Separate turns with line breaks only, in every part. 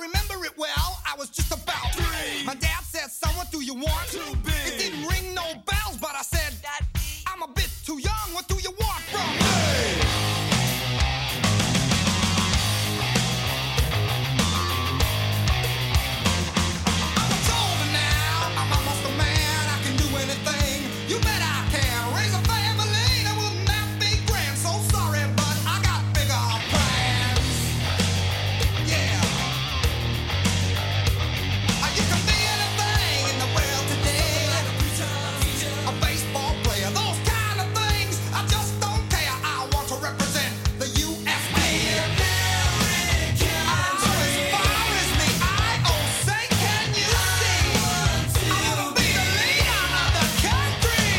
remember it well. I was just about three. My dad said, Son, what do you want?
Too big.
It didn't ring no bells, but I said, I'm a bit too young. What do you want from me? I'm much older now. I'm almost a man. I can do anything. You bet I can. Raise a family that will not be grand. So sorry, but I got bigger plans. Yeah. Uh, You can be anything in the world today. A baseball player, those kind of things. I just don't care. I want to represent the USA. I go as far as the eye. Oh, say, can you see? I wanna be the leader of the country.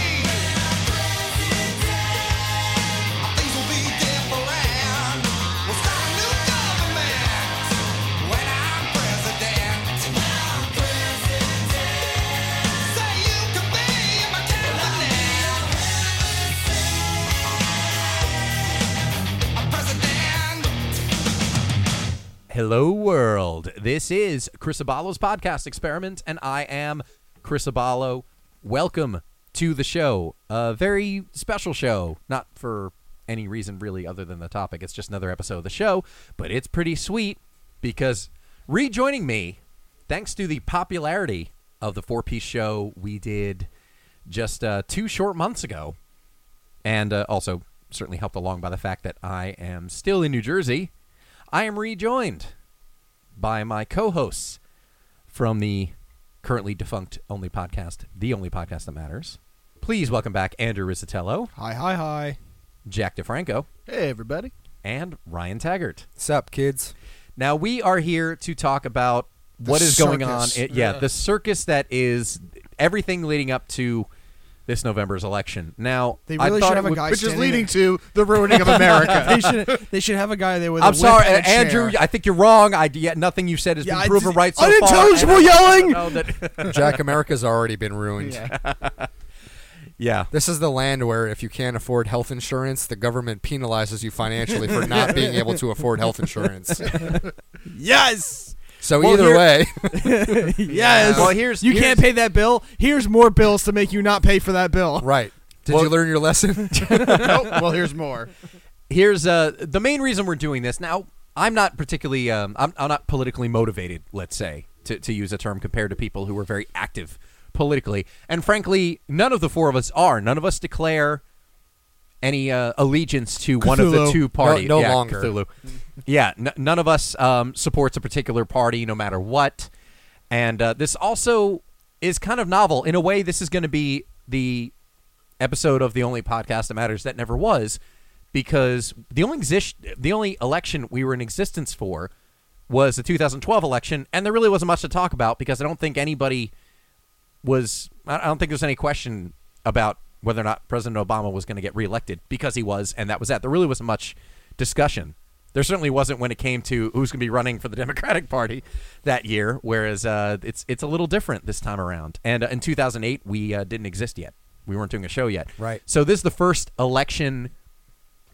Things will be different. We'll start a new government when I'm president. Say you can be my cabinet. A president.
Hello, world. This is Chris Abalo's podcast experiment, and I am Chris Abalo. Welcome to the show. A very special show, not for any reason really other than the topic. It's just another episode of the show, but it's pretty sweet because rejoining me, thanks to the popularity of the four piece show we did just uh, two short months ago, and uh, also certainly helped along by the fact that I am still in New Jersey. I am rejoined by my co-hosts from the currently defunct only podcast, the only podcast that matters. Please welcome back Andrew Rizzatello,
Hi, hi, hi.
Jack DeFranco,
Hey, everybody.
and Ryan Taggart.
Sup, kids?
Now we are here to talk about what is going on.
circus.
It- yeah, the circus that is everything leading up to this November's election. Now
They really
I thought
should
it
have a
would-
guy
Which is
standing
leading
there.
to the ruining of America.
they should they should have a guy there with. a
I'm
whip
sorry,
and a chair.
Andrew. I think you're wrong. I yeah, nothing you said has
Yeah,
been
I
proven
did-
right so
Unintelligible
far. and I
yelling!
don't know that-
Jack America's already been ruined.
Yeah.
yeah,
This is the land where if you can't afford health insurance, the government penalizes you financially for not being able to afford health insurance.
Yes.
So
Well,
either
here-
way,
Yes.
Well, here's-
you
here's-
can't pay that bill. Here's more bills to make you not pay for that bill.
right. Did
Well-
you learn your lesson?
nope. Well, here's more.
here's uh the main reason we're doing this now i'm not particularly um i'm, I'm not politically motivated let's say to, to use a term compared to people who are very active politically and frankly none of the four of us are none of us declare any uh, allegiance to one of the
Cthulhu.
two parties
No- no
yeah,
longer.
Cthulhu. yeah n- none of us um, supports a particular party no matter what and uh, this also is kind of novel in a way this is going to be the episode of the only podcast that matters that never was because the only exist- the only election we were in existence for was the 2012 election and there really wasn't much to talk about because I don't think anybody was I I don't think there's any question about whether or not President Obama was going to get reelected because he was and that was that there really wasn't much discussion there certainly wasn't when it came to who's going to be running for the Democratic Party that year whereas uh, it's it's a little different this time around and uh, in 2008 we uh, didn't exist yet we weren't doing a show yet
Right.
so this is the first election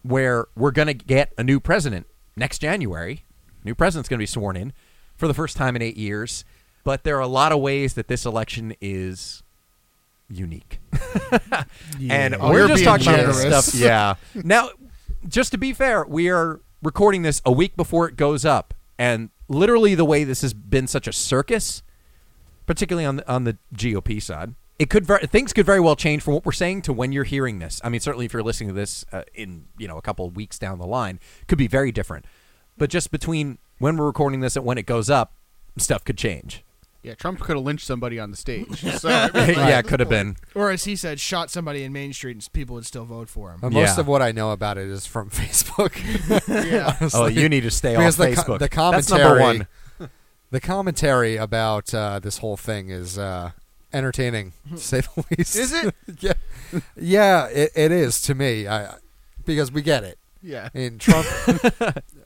where we're going to get a new president next January. New president's going to be sworn in for the first time in eight years. But there are a lot of ways that this election is unique. And
Oh,
we're
you're
just
being
talking about
generous.
stuff. Yeah. now, just to be fair, we are recording this a week before it goes up. And literally, the way this has been such a circus, particularly on the, on the GOP side. It could ver- things could very well change from what we're saying to when you're hearing this. I mean, certainly if you're listening to this uh, in you know a couple of weeks down the line, could be very different. But just between when we're recording this and when it goes up, stuff could change.
Yeah, Trump could have lynched somebody on the stage. So, I mean,
yeah, it could have been.
Or as he said, shot somebody in Main Street and people would still vote for him.
Uh, Most
Yeah.
of what I know about it is from Facebook.
yeah.
Oh,
Honestly.
you need to stay off
because the,
Facebook.
co- the
That's
commentary,
number one.
the commentary about uh, this whole thing is uh, entertaining,
Hmm.
to say the least.
Is it?
yeah, yeah, it, it is to me. I, because we get it.
yeah.
And Trump,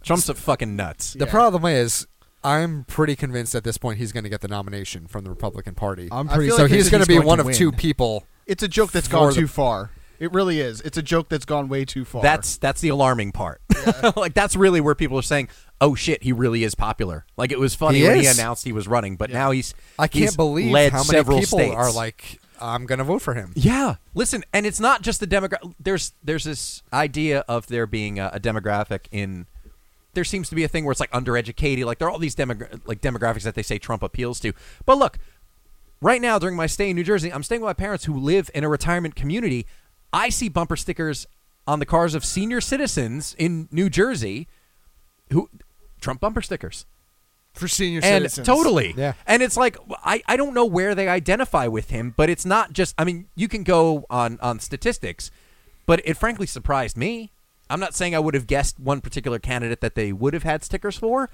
Trump's a fucking nuts.
the problem is, I'm pretty convinced at this point he's going to get the nomination from the Republican Party.
I'm
I
pretty.
feel
so
like
he's
going to
be one of two
win.
people.
It's a joke that's
For
gone
the-
too far. It really is. It's a joke that's gone way too far.
That's that's the alarming part. like that's really where people are saying, "Oh shit, he really is popular." Like it was funny
He
when he
is.
announced he was running, but now he's
I can't
he's
believe
led
how many
several
people
states.
are like, I'm going to vote for him.
Yeah, listen, and it's not just the demographic. There's there's this idea of there being a, a demographic in. There seems to be a thing where it's like undereducated. Like there are all these demogra- like demographics that they say Trump appeals to. But look, right now during my stay in New Jersey, I'm staying with my parents who live in a retirement community. I see bumper stickers on the cars of senior citizens in New Jersey who Trump bumper stickers
for senior
and
citizens.
totally
Yeah.
and it's like I, I don't know where they identify with him but it's not just i mean you can go on on statistics but it frankly surprised me i'm not saying i would have guessed one particular candidate that they would have had stickers for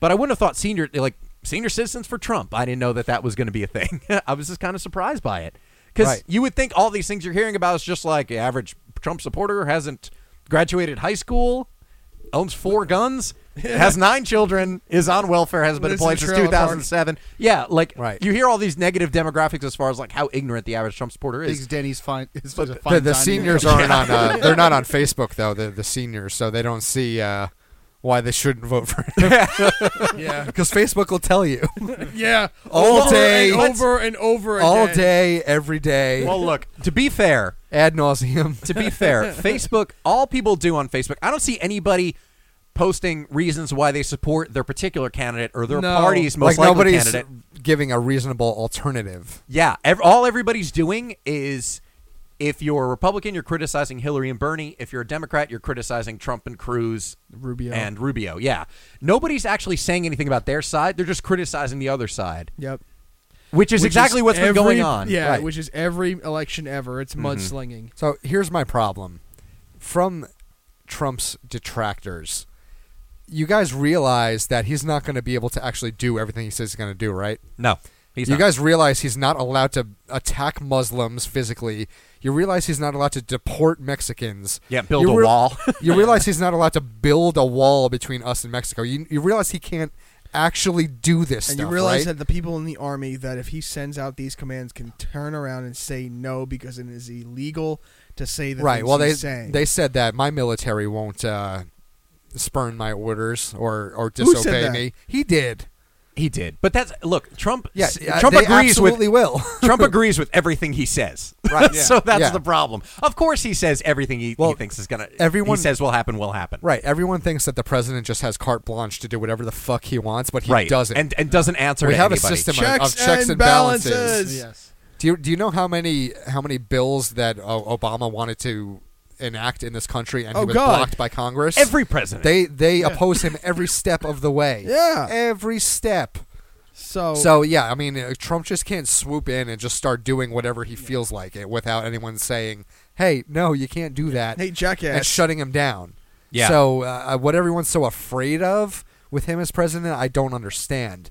but i wouldn't have thought senior like senior citizens for trump i didn't know that that was going to be a thing i was just kind of surprised by it because
Right.
you would think all these things you're hearing about is just like the average trump supporter hasn't graduated high school owns four guns, has nine children, is on welfare, has been
Lives
employed
in a
since
trailer park.
2007. Yeah, like
Right.
you hear all these negative demographics as far as like how ignorant the average Trump supporter
Thinks
is.
Denny's fine. It's a fine
The, the
time.
seniors aren't on. Uh, they're not on Facebook though. The the seniors, so they don't see uh, why they shouldn't vote for him.
Yeah.
Because Facebook will tell you
Yeah.
All
over
day.
And over and over
all
again.
day, every day,
Well, look, to be fair,
ad nauseum.
to be fair, Facebook, all people do on Facebook, I don't see anybody posting reasons why they support their particular candidate or their
No.
party's most
like
likely
nobody's
candidate.
giving a reasonable alternative.
Yeah, ev- all everybody's doing is if you're a Republican, you're criticizing Hillary and Bernie. If you're a Democrat, you're criticizing Trump and Cruz,
Rubio.
and Rubio. Yeah, nobody's actually saying anything about their side. They're just criticizing the other side,
Yep.
which is
Which
exactly
is
what's been going
every-
on.
Yeah,
Right. Mm-hmm.
which is every election ever. It's mudslinging.
So here's my problem. From Trump's detractors, you guys realize that he's not going to be able to actually do everything he says he's going to do, right?
No, he's
you
not.
guys realize he's not allowed to attack Muslims physically. You realize he's not allowed to deport Mexicans.
Yeah, build
You
a wall.
you realize he's not allowed to build a wall between us and Mexico. You, you realize he can't actually do this
And
stuff,
you realize
right?
that the people in the army that if he sends out these commands can turn around and say no because it is illegal to say the
right.
things
Well, they
he's saying.
they said that my military won't uh, spurn my orders or or
Who said
disobey
that?
me. He did.
he did, but that's look. Trump.
Yeah,
uh,
Trump
they
agrees with.
absolutely will.
Trump agrees with everything he says.
Right, yeah.
so that's
Yeah.
the problem. Of course, he says everything he,
Well,
he thinks is gonna.
everyone-
he says will happen will happen.
Right. Everyone thinks that the president just has carte blanche to do whatever the fuck he wants, but he
right.
doesn't.
and and doesn't answer.
we
to
have
anybody.
a system of-
Checks
of checks
and
and, balances.
balances.
Yes.
Do you do you know how many how many bills that uh, Obama wanted to enact in this country and
Oh,
he was
God.
blocked by Congress?
Every president.
they they oppose him every step of the way.
Yeah. Oh.
every step.
so
So yeah, I mean uh, Trump just can't swoop in and just start doing whatever he feels like it without anyone saying, "Hey, no, you can't do that."
hey
and
jackass,
shutting him down.
Yeah.
So uh, what everyone's so afraid of with him as president, I don't understand.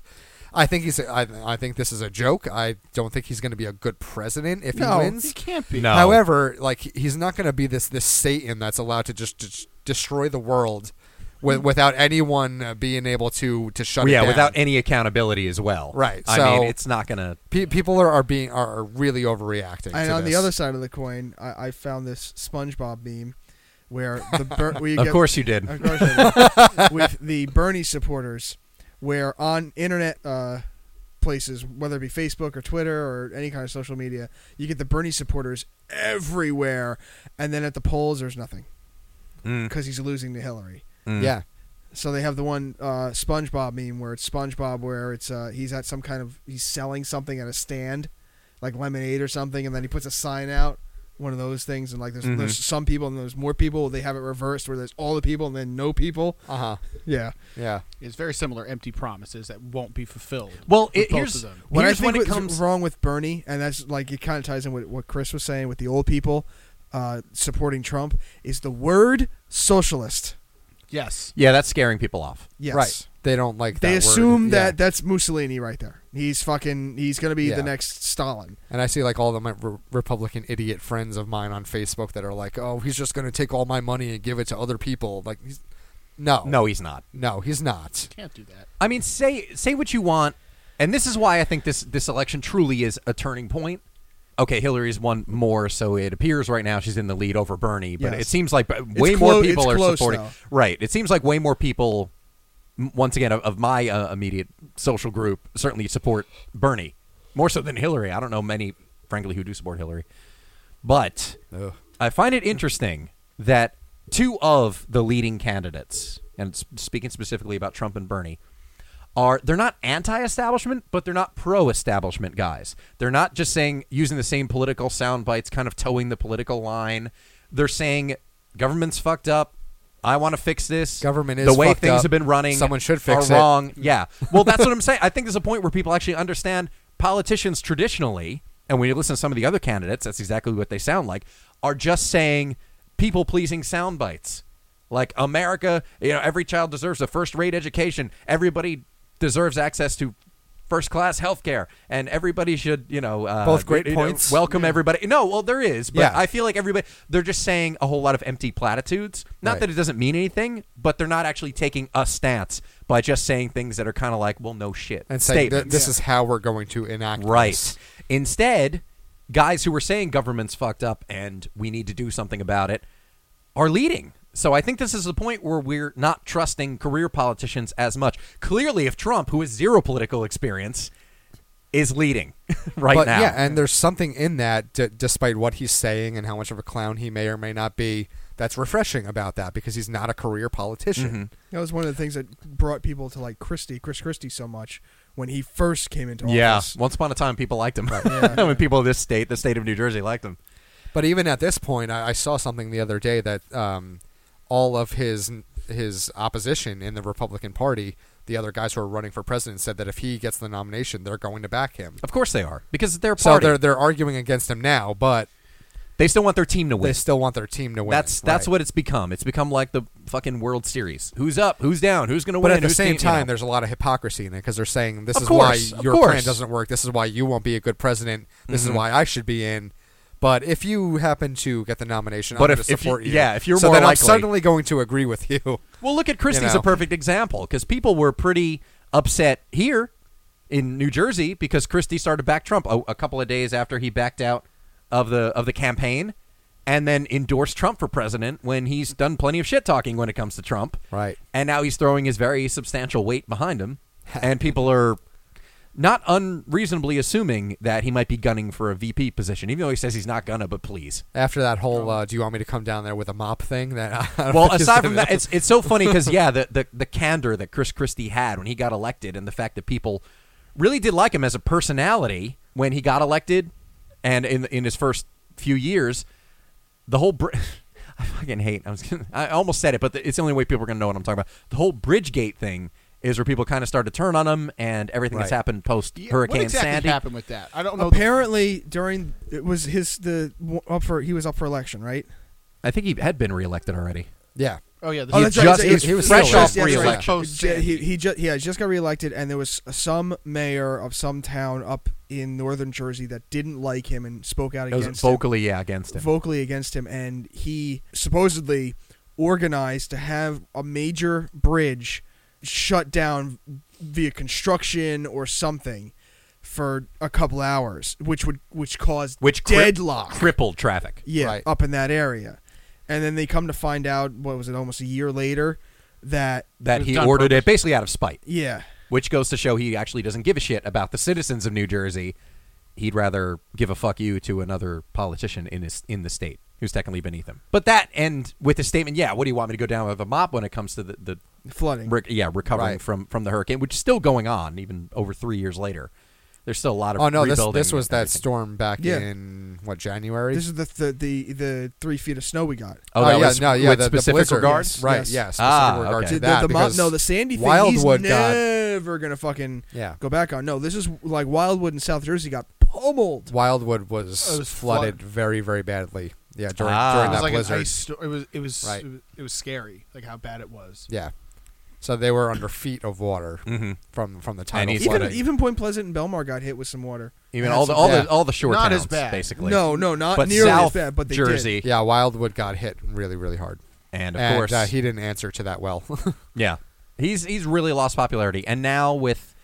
I think he's. I, I think this is a joke. I don't think he's going to be a good president if
No,
he wins.
He can't be.
No.
However, like he's not going to be this this Satan that's allowed to just, just destroy the world
Mm-hmm.
with, without anyone uh, being able to to shut. it
yeah,
down.
without any accountability as well.
Right,
I
so-
mean, it's not gonna.
Pe- people are, are being are are really overreacting.
And
to
on the
this.
other side of the coin, I, I found this SpongeBob meme where the Ber- we
Of
get,
course you did.
of course I did. with the Bernie supporters, where on internet uh, places, whether it be Facebook or Twitter or any kind of social media, you get the Bernie supporters everywhere, and then at the polls, there's nothing
Mm,
because he's losing to Hillary.
mm.
yeah,
So they have the one uh, SpongeBob meme where it's SpongeBob where it's uh, he's at some kind of he's selling something at a stand, like lemonade or something, and then he puts a sign out, one of those things, and like there's,
Mhm.
there's some people and there's more people. They have it reversed where there's all the people and then no people.
uh huh,
Yeah.
yeah.
It's very similar. Empty promises that won't be fulfilled.
Well,
with
it,
both
here's,
of them.
What
here's
I think
when it
was
comes.
wrong with Bernie, and that's like it kind of ties in with what Chris was saying with the old people uh, supporting Trump, is the word socialist.
Yes.
Yeah, that's scaring people off.
Yes.
Right. They don't like.
They
that
assume
word. Yeah.
that that's Mussolini right there. He's fucking. He's gonna be
Yeah.
the next Stalin.
And I see like all the my re- Republican idiot friends of mine on Facebook that are like, "Oh, he's just going to take all my money and give it to other people." Like, he's, no,
No, he's not.
no, he's not.
Can't do that.
I mean, say say what you want, and this is why I think this this election truly is a turning point. okay, Hillary's one more, so it appears right now she's in the lead over Bernie. But
Yes.
it seems like uh, way more
clo-
people
it's
are
close
supporting.
now.
Right. It seems like way more people, m- once again, of, of my uh, immediate social group, certainly support Bernie more so than Hillary. I don't know many, frankly, who do support Hillary, but
Ugh.
I find it interesting that two of the leading candidates, and s- speaking specifically about Trump and Bernie, are they're not anti-establishment, but they're not pro-establishment guys. They're not just saying using the same political sound bites, kind of towing the political line. They're saying government's fucked up. I want to fix this.
Government is
the way
fucked
things
up.
have been running.
Someone should fix
are
it.
wrong. Yeah. Well, that's what I'm saying. I think there's a point where people actually understand politicians traditionally, and when you listen to some of the other candidates, that's exactly what they sound like, are just saying people pleasing sound bites. Like America, you know, every child deserves a first rate education. Everybody deserves access to first class health care. And everybody should, you know, uh,
Both great
you know,
points.
welcome everybody. No, well, there is, but
Yeah.
I feel like everybody, they're just saying a whole lot of empty platitudes. Not
Right.
that it doesn't mean anything, but they're not actually taking a stance by just saying things that are kind of like, well, no shit.
and saying that
statements.
this is how we're going to enact
Right.
this.
Instead, guys who were saying government's fucked up and we need to do something about it are leading. So I think this is the point where we're not trusting career politicians as much. Clearly, if Trump, who has zero political experience, is leading right
but
now.
yeah, and there's something in that, d- despite what he's saying and how much of a clown he may or may not be, that's refreshing about that because he's not a career politician.
Mm-hmm.
That was one of the things that brought people to like Christie, Chris Christie, so much when he first came into
yeah.
office.
Once upon a time, people liked him.
yeah.
when people of this state, the state of New Jersey, liked him.
But even at this point, I, I saw something the other day that um, all of his his opposition in the Republican Party, the other guys who are running for president, said that if he gets the nomination, they're going to back him.
Of course they are, because they're a
So
party.
they're they're arguing against him now, but
they still want their team to win.
they still want their team to win.
That's that's
Right.
what it's become. It's become like the fucking World Series. Who's up? Who's down? Who's going to win?
But at the
Who's
same
team- you know.
time, there's a lot of hypocrisy in it because they're saying this
Of
is
course,
why
of
your plan
course. Mm-hmm.
doesn't work. This is why you won't be a good president. This is why I should be in. But if you happen to get the nomination,
But
I'm
if-
going to
if you-
support you,
yeah, if you're
so
more
then I'm
likely-
suddenly going to agree with you.
Well, look at Christie's
know.
a perfect example because people were pretty upset here in New Jersey because Christie started to back Trump a, a couple of days after he backed out of the of the campaign and then endorsed Trump for president when he's done plenty of shit talking when it comes to Trump.
Right.
And now he's throwing his very substantial weight behind him and people are not unreasonably assuming that he might be gunning for a VP position, even though he says he's not gonna, but please.
after that whole uh, "Do you want me to come down there with a mop?" thing. That I don't
well,
think is
aside
gonna-
from that, it's it's so funny because yeah, the, the the candor that Chris Christie had when he got elected, and the fact that people really did like him as a personality when he got elected, and in in his first few years, the whole. Br- I fucking hate. I was. Gonna, I almost said it, but the, it's the only way people are gonna know what I'm talking about. The whole Bridgegate thing is where people kind of started to turn on him, and everything that's
Right.
happened post
Yeah,
Hurricane
what exactly
Sandy.
happened with that? I don't know. the-
Apparently, during it was his the up for he was up for election, right?
I think he had been reelected already.
yeah,
oh yeah, this
Oh,
is-
that's right,
just-
that's
he
right.
was- he was
fresh
still
off
there.
Yeah,
re-election.
post-
Yeah, He, he just yeah, he just got reelected, and there was some mayor of some town up in northern Jersey that didn't like him and spoke out
It was
against him,
vocally, yeah, against him.
vocally against him, and he supposedly organized to have a major bridge shut down via construction or something for a couple hours, which would which caused
which cri-
deadlock
crippled traffic.
yeah,
Right.
up in that area. And then they come to find out, what was it, almost a year later, that,
That
It was
he
done
ordered
purpose.
it basically out of spite.
yeah,
which goes to show he actually doesn't give a shit about the citizens of New Jersey. He'd rather give a fuck you to another politician in his in the state who's technically beneath him. But that end with the statement, yeah, what do you want me to go down with a mop when it comes to the, the
flooding.
rec- yeah recovering
Right.
from from the hurricane, which is still going on even over three years later. There's still a lot of
oh no, this
rebuilding
this was
and
that
everything.
storm back
Yeah.
in what January.
This is the, the the the three feet of snow we got.
Oh,
Oh,
that
yeah,
was
no, yeah,
with
the, the
specific
blizzard,
regards?
yes, right?
Yes.
Yeah, specific
Ah,
regard
okay.
to
The,
that
the, the, mo-
because
no, the sandy thing.
Wildwood
he's
got-
never gonna fucking
Yeah.
go back on. No, this is like Wildwood in South Jersey got pummeled.
Wildwood
It
was,
was
flooded very very badly. Yeah, during
Ah.
during
It was
that
like an
blizzard.
ice. sto- It was. It was.
Right.
It was, it was scary. Like how bad it was.
Yeah, so they were under feet of water
Mm-hmm.
from from the tidal
Mm. he's
flooding.
Even even Point Pleasant and Belmar got hit with some water.
even
Had
all the
some-
all
yeah.
the all the shore
Not
towns
as bad.
basically.
no, no, not
but
nearly
South
as bad. But they did.
Jersey
yeah, Wildwood got hit really really hard,
and of
and
course
uh, he didn't answer to that well.
Yeah, he's he's really lost popularity, and now with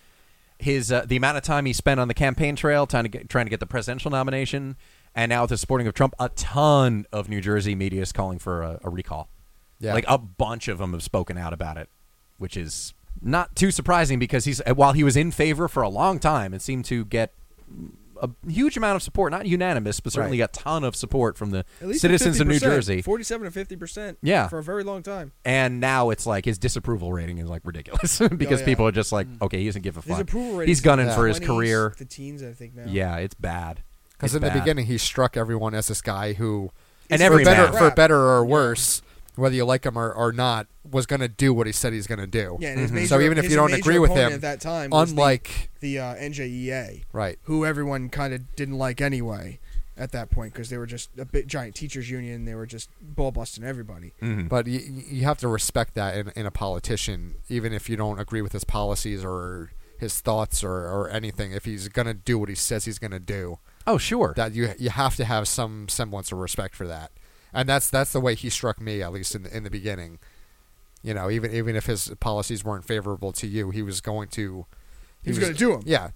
his uh, the amount of time he spent on the campaign trail trying to get trying to get the presidential nomination, and now with the supporting of Trump, a ton of New Jersey media is calling for a, a recall.
Yeah.
like a bunch of them have spoken out about it, which is not too surprising because he's uh, while he was in favor for a long time and seemed to get a huge amount of support, not unanimous, but certainly a ton of support from the
At least
citizens of New
50%,
Jersey.
forty-seven to fifty percent.
Yeah.
for a very long time.
and now it's like his disapproval rating is like ridiculous because
Oh, yeah. Mm-hmm.
people are just like, okay, he doesn't give a
His
fuck.
approval rating
He's gunning for his
20s
career.
The teens, I think now.
Yeah, it's bad.
Because
It's
in the
bad.
beginning, he struck everyone as this guy who,
And
for
every
better
man.
for better or worse, whether you like him or, or not, was going to do what he said he's going to do.
yeah. And his
Mm-hmm.
major,
Mm-hmm. So even if
his
you don't
major
agree with
opponent
him,
at that time, was the-
unlike
the, uh, NJEA,
right,
who everyone kind of didn't like anyway at that point because they were just a big giant teachers union. They were just ball busting everybody.
Mhm.
but you, you have to respect that in, in a politician, even if you don't agree with his policies or his thoughts or, or anything. If he's going to do what he says he's going to do,
Oh, sure.
that you you have to have some semblance of respect for that, and that's that's the way he struck me at least in the, in the beginning. You know, even even if his policies weren't favorable to you, he was going to
He was gonna do 'em.
Yeah,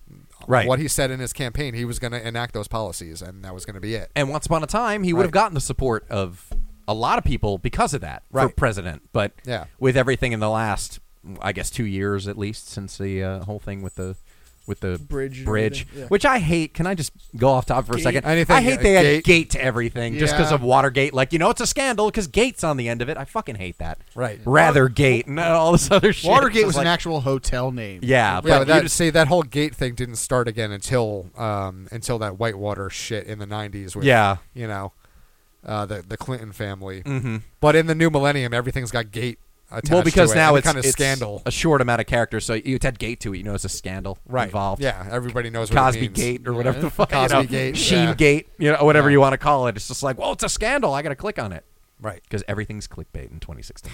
Right.
What he said in his campaign, he was going to enact those policies, and that was going to be it.
and once upon a time, he would have
Right.
gotten the support of a lot of people because of that for
Right.
president. But
Yeah.
with everything in the last, I guess, two years at least since the uh, whole thing with the with the
Bridge and
bridge,
everything, yeah.
which I hate. Can I just go off top for a second?
Anything,
I hate
uh,
they add
gate.
gate. to everything just because
Yeah.
of Watergate. Like you know, it's a scandal because gates on the end of it. I fucking hate that.
Right.
Rather gate and all this other shit.
Watergate
It's
was
like-
an actual hotel name.
Yeah,
Yeah, but
but you
that,
just-
see, that whole gate thing didn't start again until um, until that Whitewater shit in the '90s. With,
Yeah.
you know, uh, the the Clinton family. Mm-hmm. But in the new millennium, everything's got gate. Attached
well, because
to it,
now
any
it's
kind of
it's
scandal.
a short amount of characters, so you it's had gate to it. You know, it's a scandal involved.
Yeah, everybody knows what
Cosby
it means.
Gate or whatever the fuck,
Cosby
you know,
Gate,
Sheen
yeah.
Gate, you know, whatever
Yeah.
you want to call it. It's just like, well, it's a scandal. I got to click on it
Right.
because everything's clickbait in 2016.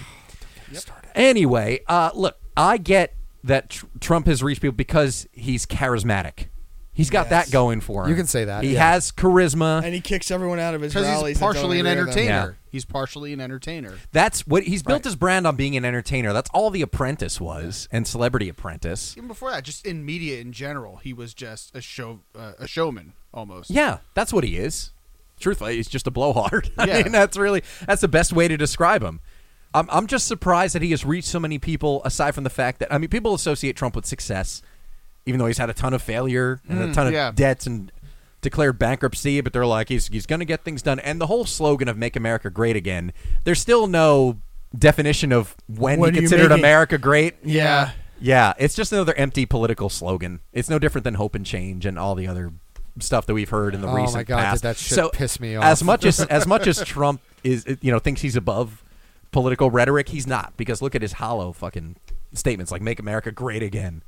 Anyway, uh, look, I get that tr- Trump has reached people because he's charismatic. He's got that going for him.
You can say that,
He
yeah.
has charisma.
And he kicks everyone out of his
because
rallies.
he's partially an entertainer.
Yeah.
He's partially an entertainer.
That's what he's built his brand on being an entertainer. That's all The Apprentice was and Celebrity Apprentice.
Even before that, just in media in general, he was just a show uh, a showman almost.
Yeah, that's what he is. Truthfully, he's just a blowhard. I
Yeah.
mean, that's really that's the best way to describe him. I'm I'm just surprised that he has reached so many people. Aside from the fact that I mean, people associate Trump with success, even though he's had a ton of failure and a ton of
yeah.
debts and declared bankruptcy. But they're like he's he's going to get things done. And the whole slogan of "Make America Great Again." There's still no definition of when
When
he
are you
considered
making-
America great.
Yeah.
Yeah, it's just another empty political slogan. It's no different than hope and change and all the other stuff that we've heard in the
Oh my
recent
God, did
past.
that shit
so
piss me
As
off.
much as as much as Trump is you know thinks he's above political rhetoric, he's not because look at his hollow fucking statements like "Make America Great Again."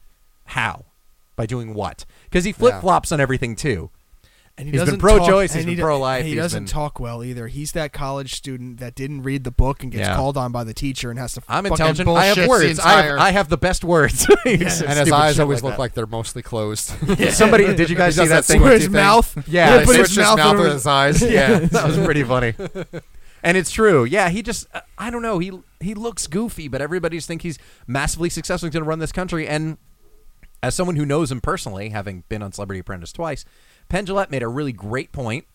How? By doing what? Because he flip flops on everything too.
And
He's been doesn't pro-choice, talk- he's and he been do- pro-life,
He
he's
doesn't
been-
talk well either. He's that college student that didn't read the book and gets
Yeah.
called on by the teacher and has to.
I'm
fucking
intelligent.
bullshit
I have
bullshits
words.
the
I, have,
entire-
I have the best words. and
And his eyes always look like they're mostly closed. yeah,
somebody. Did you guys
He
see that
does that
thing?
squinty
with
thing.
Yeah, but
he switched
his
his mouth,
mouth
with his eyes.
yeah, that was pretty funny. And it's true. Yeah, he just uh, I don't know, he he looks goofy, but everybody's think he's massively successful he's going to run this country and as someone who knows him personally, having been on Celebrity Apprentice twice, Penn Jillette made a really great point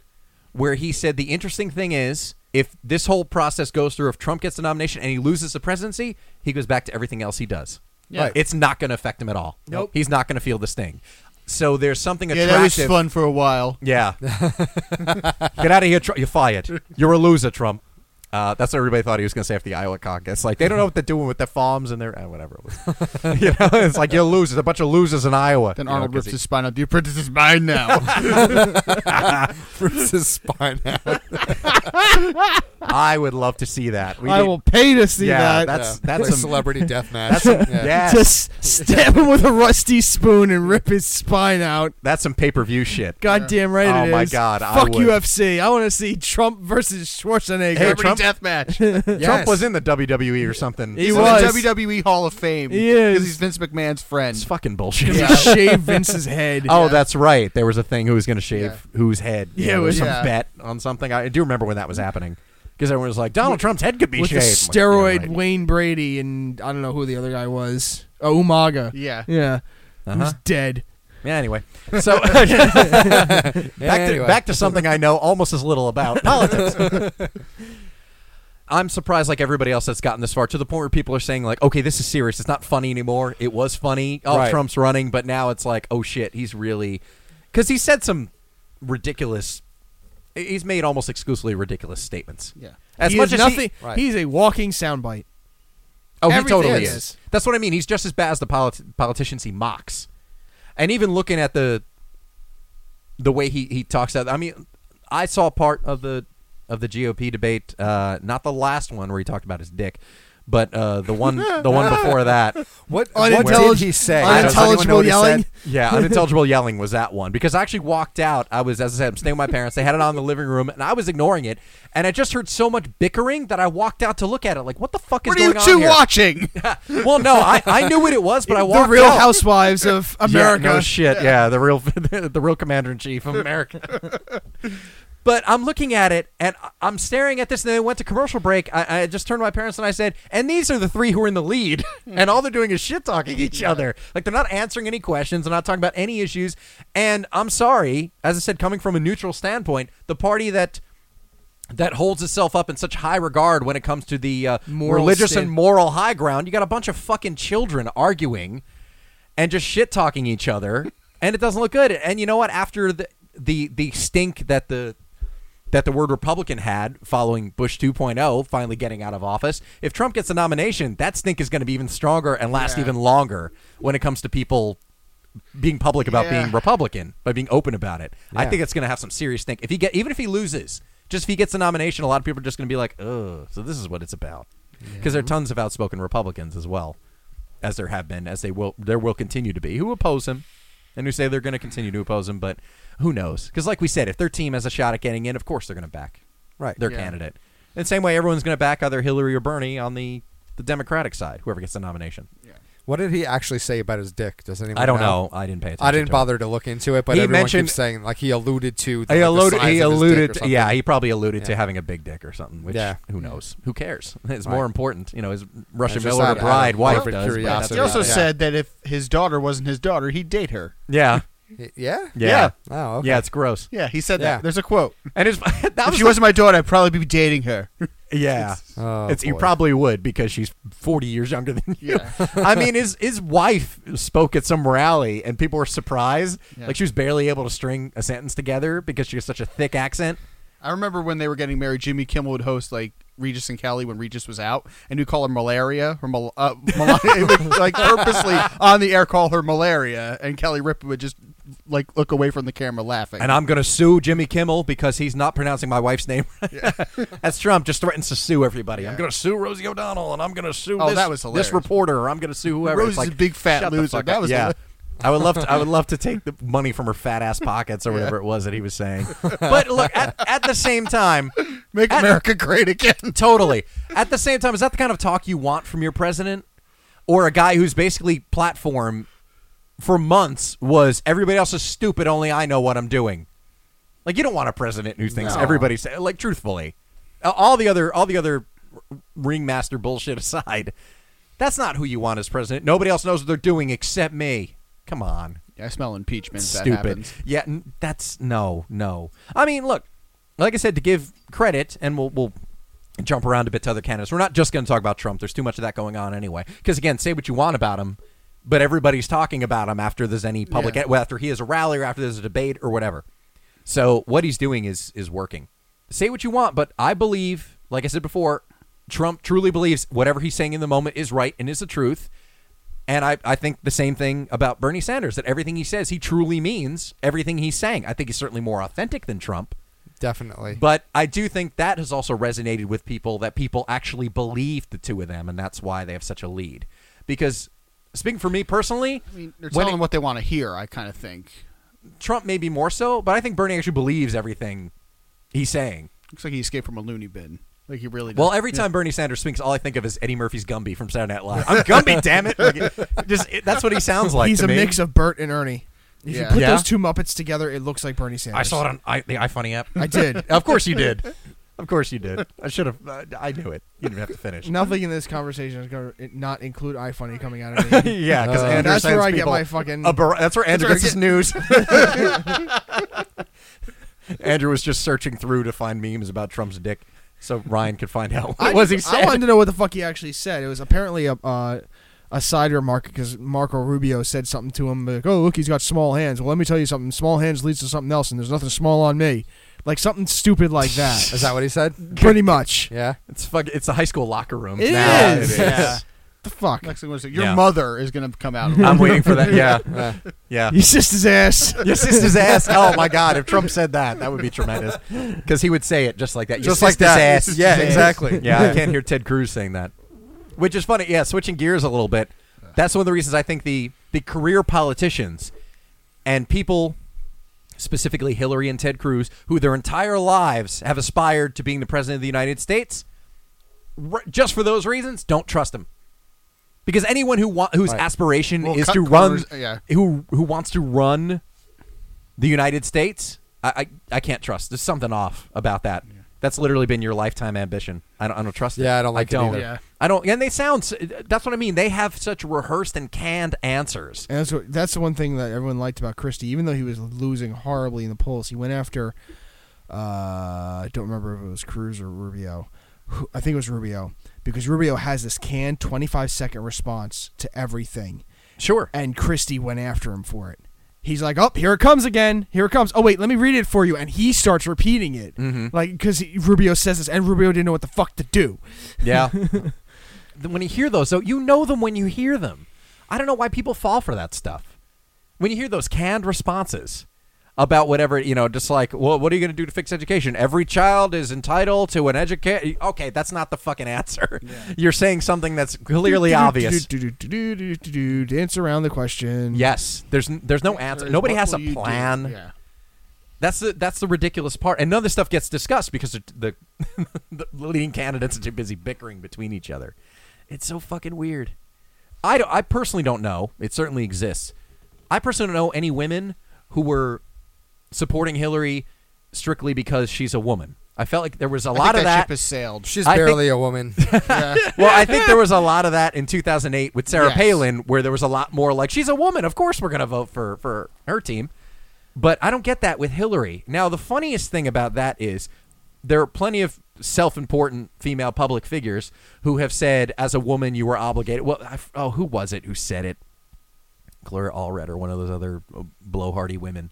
where he said the interesting thing is if this whole process goes through, if Trump gets the nomination and he loses the presidency, he goes back to everything else he does.
Yeah. Right.
It's not going to affect him at all.
Nope.
He's not going to feel this thing. So there's something
Yeah,
attractive.
that was fun for a while.
Yeah. Get out of here, Trump. You're fired. You're a loser, Trump. Uh, that's what everybody thought he was going to say after the Iowa caucus. Like, they don't know what they're doing with their farms and their uh, whatever it was. you know, it's like you're losers, a bunch of losers in Iowa.
Then
You know,
Arnold
'cause
rips his spine out. The apprentice is mine now.
Rips his spine out.
he- I would love to see that. We
I
need-
will pay to see
yeah,
that.
that's
Yeah.
that's
like
some-
celebrity death match. yeah.
yes,
Just stab him with a rusty spoon and rip his spine out.
that's some pay per view shit.
Goddamn right
Oh
it
my
is.
God, I
Fuck
would.
UFC. I want to see Trump versus Schwarzenegger.
Hey,
Celebrity
Trump-
death match.
Yes.
Trump was in the WWE or something.
He
He's
was.
in the WWE E Hall of Fame.
He is.
Because he's Vince McMahon's friend.
It's fucking bullshit.
He shaved Vince's head.
Oh, that's right. There was a thing who was going to shave whose head.
Yeah,
there
it
was
was-
some
Yeah.
bet on something. I do remember when that was happening because everyone was like, Donald Trump's head could be
with the
shaved. I'm like,
steroid
yeah, right.
Wayne Brady and I don't know who the other guy was. Oh, Umaga.
Yeah.
Yeah.
Uh-huh.
who's dead.
Yeah, anyway. So back, to,
Anyway.
back to something I know almost as little about politics. I'm surprised, like everybody else that's gotten this far, to the point where people are saying, like, okay, this is serious. It's not funny anymore. It was funny. Oh,
Right.
Trump's running, but now it's like, oh shit, he's really. Because he said some ridiculous. He's made almost exclusively ridiculous statements.
Yeah.
As
He
much
is
as he-
nothing,
Right.
he's a walking soundbite.
Oh, he
Everything
totally
is.
is. That's what I mean. He's just as bad as the politi- politicians he mocks, and even looking at the the way he he talks out. I mean, I saw part of the of the GOP debate, uh, not the last one where he talked about his dick, but uh, the one the one before that.
What, what
Unintellig-
did he say?
I don't-
Does anyone know
Unintelligible
what he said?
yelling.
Yeah, unintelligible yelling was that one because I actually walked out. I was, as I said, I'm staying with my parents. They had it on in the living room, and I was ignoring it. And I just heard so much bickering that I walked out to look at it. Like, what the fuck is
What
going
are you
on
two
here?
watching?
well, no, I, I knew what it was, but I
The
walked
Real
out.
Housewives of America.
Yeah, no shit. Yeah, the real the real commander in chief of America. but I'm looking at it and I- I'm staring at this. And then it went to commercial break. I, I just turned to my parents and I said, "And these are the three who are in the lead, and all they're doing is shit talking each other. Like they're not answering any questions. They're not talking about any issues. And I'm sorry, as I said, coming from a neutral standpoint, the party that that holds itself up in such high regard when it comes to the uh,
Moral
religious
stand-
and moral high ground. You got a bunch of fucking children arguing and just shit talking each other, and it doesn't look good. And you know what? After the the the stink that the that the word Republican had following Bush 2.0 finally getting out of office, if Trump gets the nomination, that stink is going to be even stronger and last even longer when it comes to people being public about
Yeah.
being Republican by being open about it. I
Yeah.
think it's going to have some serious stink. If he get even if he loses, just if he gets the nomination, a lot of people are just going to be like, "Oh, so this is what it's about." Because there are tons of outspoken Republicans as well as there have been, as they will, there will continue to be, who oppose him, and who say they're going to continue to oppose him. But who knows? Because, like we said, if their team has a shot at getting in, of course they're going to back
Right.
their
Yeah.
candidate. In the same way, everyone's going to back either Hillary or Bernie on the the Democratic side, whoever gets the nomination.
What did he actually say about his dick? Does anyone?
I don't know. I didn't pay attention.
I didn't
to it.
bother to look into it, but
He
everyone
mentioned-
keeps saying like he alluded to. The,
He
like, the
alluded.
size
He
of his dick or
alluded.
something.
Yeah, he probably alluded to
Yeah.
having a big dick or something. Which,
Yeah.
who knows? Who cares? It's
Right.
more important. You know, his Russian
just
Miller
out- out of
bride wife
morbid
does. but that's
curiosity.
He
Yeah.
also
about it.
said that if his daughter wasn't his daughter, he'd date her.
yeah.
yeah,
Yeah. Yeah.
Oh, okay.
Yeah, it's gross.
Yeah, he said
Yeah.
that. There's a quote.
And it's that
If
was
she
the-
wasn't my daughter, I'd probably be dating her.
Yeah, it's,
Oh,
you
boy.
probably would because she's forty years younger than you. I mean, his his wife spoke at some rally and people were surprised.
Yeah.
Like she was barely able to string a sentence together because she has such a thick accent.
I remember when they were getting married, Jimmy Kimmel would host like Regis and Kelly when Regis was out, and he'd call her malaria or mal- uh, Melania, like, like purposely on the air call her malaria, and Kelly Ripa would just like look away from the camera laughing.
And I'm gonna sue Jimmy Kimmel because he's not pronouncing my wife's name. That's Trump just threatens to sue everybody. I'm gonna sue Rosie O'Donnell and I'm gonna sue
Oh,
this,
that was hilarious.
this reporter or I'm gonna sue whoever. It's
Rosie's
like,
a big fat
shut the
loser.
fuck
That
up.
was
yeah.
hilarious.
I would love to. I would love to take the money from her fat ass pockets or whatever it was that he was saying. But look, at, at the same time,
Make
at-
America great again.
totally. At the same time, is that the kind of talk you want from your president, or a guy who's basically platform for months was everybody else is stupid, only I know what I'm doing. Like you don't want a president who thinks everybody's like truthfully. Uh, All the other all the other r- ringmaster bullshit aside, that's not who you want as president. Nobody else knows what they're doing except me. Come on
I smell impeachment. if that
stupid.
happens.
yeah, n- that's no, no. I mean, look, like I said, to give credit, and we'll we'll jump around a bit to other candidates. We're not just going to talk about Trump. There's too much of that going on anyway. Because again, say what you want about him, but everybody's talking about him after there's any public, e,
Yeah.
well, after he has a rally or after there's a debate or whatever. So what he's doing is is working. Say what you want, but I believe, like I said before, Trump truly believes whatever he's saying in the moment is right and is the truth. And I, I think the same thing about Bernie Sanders that everything he says, he truly means everything he's saying. I think he's certainly more authentic than Trump.
definitely.
But I do think that has also resonated with people that people actually believe the two of them, and that's why they have such a lead. Because speaking for me personally,
I mean, they're
when
telling them what they want to hear. I kind of think.
it- Trump maybe more so, but I think Bernie actually believes everything he's saying.
Looks like he escaped from a loony bin. Like he really.
Well,
does.
every time Bernie Sanders speaks, all I think of is Eddie Murphy's Gumby from Saturday Night Live. I'm Gumby, damn it! Like, it- just it- that's what he sounds like.
he's
to
a
me.
mix of Bert and Ernie. If you
Yeah.
put
Yeah.
those two Muppets together, it looks like Bernie Sanders.
I saw it on I, the iFunny app.
I did.
Of course you did. Of course you did. I should have. Uh, I knew it. You didn't have to finish.
Nothing in this conversation is going to not include iFunny coming out of me.
yeah, because
Uh,
Andrew
That's
sends
where I get
people
my fucking.
a bar- that's where Andrew
That's
gets his news. Andrew was just searching through to find memes about Trump's dick, so Ryan could find out what
I-
it was he
I
said.
wanted to know what the fuck he actually said. It was apparently a uh, a side remark because Marco Rubio said something to him like, "Oh, look, he's got small hands." Well, let me tell you something. Small hands leads to something else, and there's nothing small on me. Like something stupid like that.
Is that what he said?
Pretty much.
Yeah.
It's fuck. It's a high school locker room.
It
Nah,
is.
it
Yeah.
The fuck.
Next thing was your
Yeah.
mother is gonna come out.
I'm waiting for that. Yeah,
Uh,
yeah.
He kissed his ass.
Your sister's ass. Oh my God! If Trump said that, that would be tremendous. Because he would say it just like that. Your
just like
sister's Ass.
that. Yeah, exactly.
yeah, I can't hear Ted Cruz saying that, which is funny. Yeah, switching gears a little bit. That's one of the reasons I think the the career politicians and people, specifically Hillary and Ted Cruz, who their entire lives have aspired to being the president of the United States, r- just for those reasons, don't trust him. Because anyone who wa- whose
Right.
aspiration
Well,
is
cut
to run,
corners, yeah.
who who wants to run the United States, I, I I can't trust. There's something off about that. That's literally been your lifetime ambition. I don't, I don't trust. it.
Yeah, I don't like it
I don't.
either.
Yeah.
I don't. And they sound. s- That's what I mean. They have such rehearsed and canned answers.
And that's what, that's the one thing that everyone liked about Christie. Even though he was losing horribly in the polls, he went after. Uh, I don't remember if it was Cruz or Rubio. Who- I think it was Rubio because Rubio has this canned 25 second response to everything,
Sure.
and Christie went after him for it. He's like, "Oh, here it comes again. Here it comes. Oh wait, let me read it for you." And he starts repeating it,
Mm-hmm.
like because Rubio says this, and Rubio didn't know what the fuck to do.
Yeah. when you hear those, though, you know them when you hear them. I don't know why people fall for that stuff. When you hear those canned responses about whatever, you know, just like, well, what are you going to do to fix education? Every child is entitled to an education. Okay, that's not the fucking answer. You're saying something that's clearly obvious.
Dance around the question.
Yes, there's n- there's no answer.
Is
Nobody
what
has a
will you do?
plan.
Yeah.
That's the that's the ridiculous part, and none of this stuff gets discussed because the the, the leading candidates are too busy bickering between each other. It's so fucking weird. I don't, I personally don't know. It certainly exists. I personally don't know any women who were supporting Hillary strictly because she's a woman. I felt like there was a
I
lot
think
of
that
that.
ship has sailed.
She's
I think-
barely a woman.
well, I think there was a lot of that in 2008 with Sarah
Yes.
Palin, where there was a lot more like she's a woman. Of course, we're going to vote for for her team. But I don't get that with Hillary. Now, the funniest thing about that is there are plenty of self-important female public figures who have said, as a woman, you were obligated. Well, I f oh, who was it who said it? Gloria Allred or one of those other uh, blowhardy women.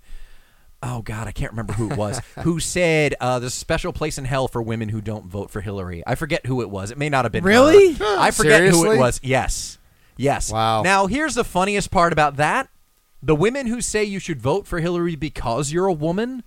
Oh God, I can't remember who it was. who said uh, there's a special place in hell for women who don't vote for Hillary? I forget who it was. It may not have been her.
Really?
I forget who it
Seriously?
was. Yes, yes.
Wow.
Now here's the funniest part about that: the women who say you should vote for Hillary because you're a woman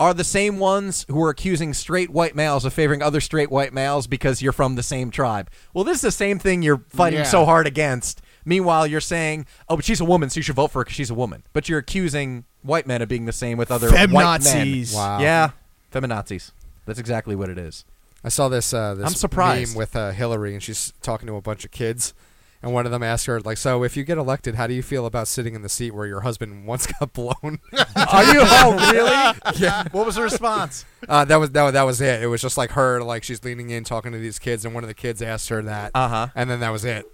are the same ones who are accusing straight white males of favoring other straight white males because you're from the same tribe. Well, this is the same thing you're fighting
Yeah.
so hard against. Meanwhile, you're saying, "Oh, but she's a woman, so you should vote for her because she's a woman." But you're accusing white men of being the same with other white men.
Femnazis.
Wow.
Yeah, feminazis. That's exactly what it is.
I saw this. Uh, this
I'm surprised.
meme with uh, Hillary, and she's talking to a bunch of kids, and one of them asked her, like, "So, if you get elected, how do you feel about sitting in the seat where your husband once got blown?"
Are you? Oh, really? yeah. What was the response?
uh, that was that, was- that was it. It was just like her, like she's leaning in, talking to these kids, and one of the kids asked her that,
Uh-huh.
and then that was it.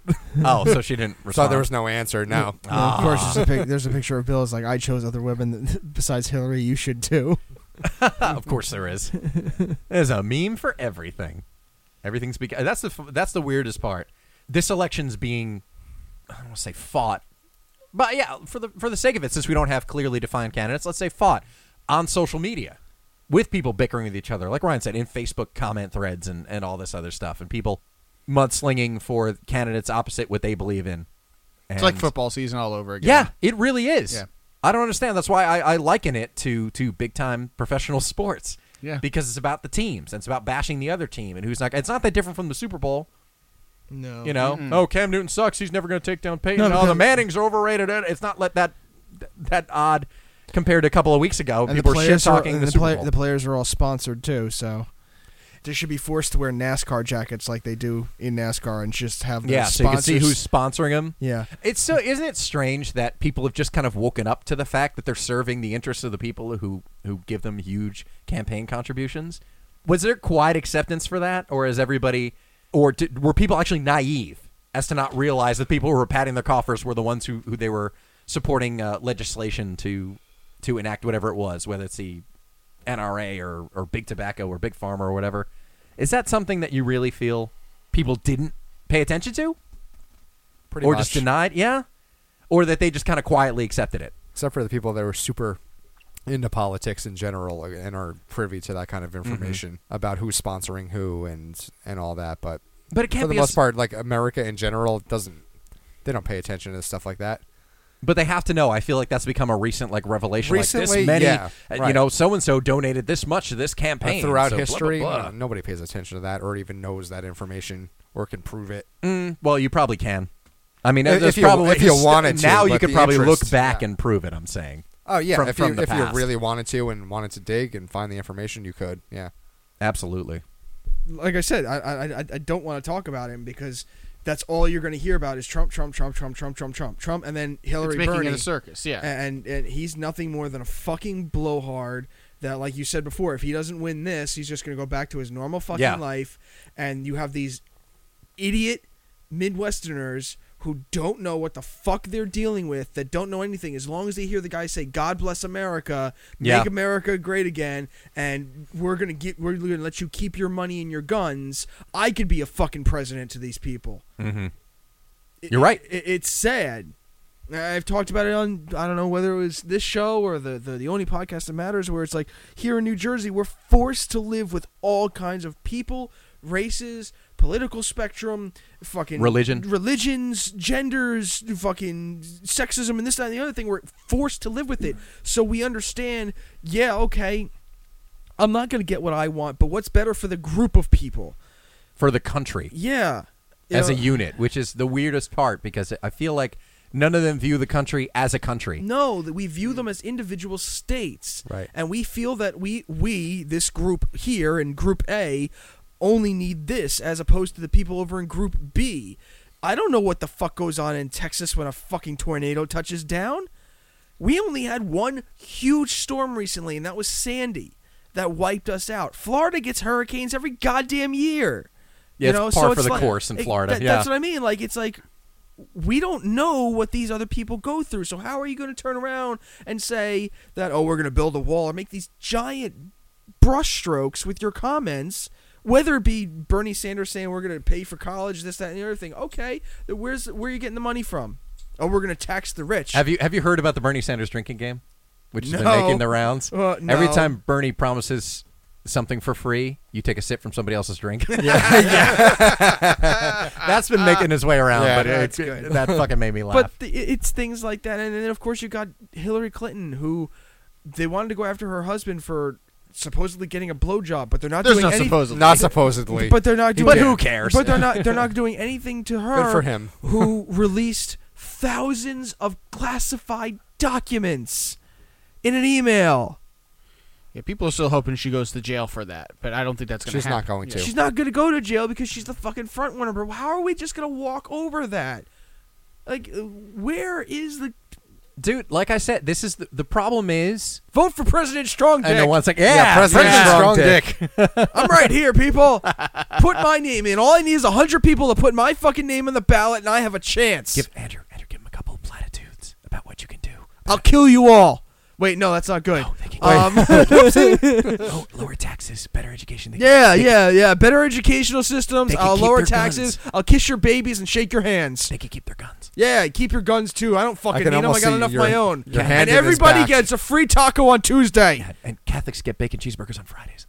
Oh, so she didn't respond.
so there was no answer. No.
Uh,
And
Ah.
of course, there's a, pic- there's a picture of Bill. It's like I chose other women that, besides Hillary. You should too.
of course there is. There's a meme for everything. Everything's beca- that's the f- that's the weirdest part. This election's being I don't want to say fought, but yeah, for the for the sake of it, since we don't have clearly defined candidates, let's say fought on social media with people bickering with each other, like Ryan said, in Facebook comment threads and and all this other stuff, and people mudslinging for candidates opposite what they believe in.
It's like
And-
football season all over again.
yeah, it really is.
Yeah.
I don't understand. That's why I, I liken it to to big time professional sports.
Yeah.
Because it's about the teams and it's about bashing the other team and who's not. It's not that different from the Super Bowl.
No,
You know, oh Cam Newton sucks. He's never going to take down Peyton.
No,
oh, the
because-
Mannings are overrated. It's not let that that odd compared to a couple of weeks ago.
and the
people were shit
players are
talking
and
the,
the,
Super
play-
Bowl.
the players are all sponsored too. So they should be forced to wear NASCAR jackets like they do in NASCAR and just have their
yeah, so you can see
sponsors-
who's sponsoring him.
yeah.
It's so isn't it strange that people have just kind of woken up to the fact that they're serving the interests of the people who who give them huge campaign contributions? was there quiet acceptance for that, or is everybody, or did, were people actually naive as to not realize that people who were patting their coffers were the ones who, who they were supporting uh, legislation to to enact whatever it was, whether it's the NRA or or big tobacco or big pharma or whatever? Is that something that you really feel people didn't pay attention to,
pretty
or
much.
just denied? Yeah, or that they just kind of quietly accepted it.
except for the people that were super into politics in general and are privy to that kind of
Mm-hmm.
information about who's sponsoring who and and all that. But
But it can't
for the
be a
most
s-
part, like America in general doesn't they don't pay attention to stuff like that.
But they have to know. I feel like that's become a recent like revelation. like
Recently,
this many,
yeah,
uh, you
right.
know, so and so donated this much to this
But
campaign
Uh,
so
throughout
blah, blah,
history,
blah.
uh, nobody pays attention to that or even knows that information or can prove it.
Mm, well, you probably can. I mean,
If-
there's
if you-
probably
if you
hist-
wanted to,
Now
but
you could
the
probably look
interest-
back
yeah.
and prove it. I'm saying
Oh yeah,
From-
if
from
you
the
if you
past.
really wanted to and wanted to dig and find the information, you could. Yeah,
absolutely.
like I said, I I, I- I don't want to talk about him because that's all you're going to hear about is Trump, Trump, Trump, Trump, Trump, Trump, Trump, Trump, and then
It's
Hillary
making
Bernie.
it a circus. Yeah.
and and he's nothing more than a fucking blowhard. That, like you said before, if he doesn't win this, he's just going to go back to his normal fucking
Yeah.
life. And you have these idiot Midwesterners who don't know what the fuck they're dealing with, that don't know anything. As long as they hear the guy say "God bless America," "Make
Yeah.
America great again," and we're gonna get, we're gonna let you keep your money and your guns, I could be a fucking president to these people.
mm-hmm.
It-
You're right.
It, it's sad. I've talked about it on I don't know whether it was this show or the, the the only podcast that matters where it's like here in New Jersey we're forced to live with all kinds of people, races, political spectrum, fucking
Religion.
religions, genders, fucking sexism and this that and the other thing we're forced to live with it. So we understand, yeah, okay, I'm not going to get what I want, but what's better for the group of people?
For the country
Yeah. You
as a
know,
unit, which is the weirdest part because I feel like none of them view the country as a country.
No, that we view them as individual states.
Right.
And we feel that we we this group here in group A only need this as opposed to the people over in group B. I don't know what the fuck goes on in Texas when a fucking tornado touches down. We only had one huge storm recently and that was Sandy that wiped us out. Florida gets hurricanes every goddamn year.
Yeah,
you
it's
know, so
par for
it's
the
like-
course in
it-
Florida,
that-
yeah.
That's what I mean. Like it's like we don't know what these other people go through. So how are you going to turn around and say that oh we're going to build a wall or make these giant brushstrokes with your comments? Whether it be Bernie Sanders saying we're going to pay for college, this, that, and the other thing. Okay, then where's where are you getting the money from? Oh, we're going to tax the rich.
Have you have you heard about the Bernie Sanders drinking game, which has been
No.
making the rounds?
Uh,
Every
no.
time Bernie promises something for free, you take a sip from somebody else's drink. that's been making its way around,
Yeah,
but it-
that's
it-
good.
that fucking made me laugh.
but the, it- it's things like that, and then of course you got Hillary Clinton, who they wanted to go after her husband for supposedly getting a blowjob, but they're not
There's
doing
no
anything.
supposedly.
not supposedly.
But they're not doing.
But who cares?
But they're not. They're not doing anything to her.
Good for him.
who released thousands of classified documents in an email.
yeah, people are still hoping she goes to jail for that, but I don't think that's going to
She's
happen.
not going to.
She's not going to go to jail because she's the fucking front runner. But how are we just going to walk over that? Like, uh, where is the
dude, like I said, this is the, the problem is
vote for President Strong? Dick?
and then one's like,
yeah,
yeah,
President
President
Strong,
Dick.
Dick.
I'm right here, people. Put my name in. All I need is 100 people to put my fucking name on the ballot, and I have a chance.
Give Andrew, Andrew, give him a couple of platitudes about what you can do.
I'll kill you all. Wait, no, that's not good.
Oh, they can
Um,
low, Oh, lower taxes, better education. They can-
yeah, yeah, yeah. Better educational systems.
They can
I'll
keep
lower
their
taxes. I'll kiss your babies and shake your hands.
They can keep their guns.
Yeah, keep your guns too. I don't fucking
can
need them. I
almost
got
see
enough of
your-
my own.
your hand
and
in his
everybody
back.
gets a free taco on Tuesday.
Yeah, and Catholics get bacon cheeseburgers on Fridays.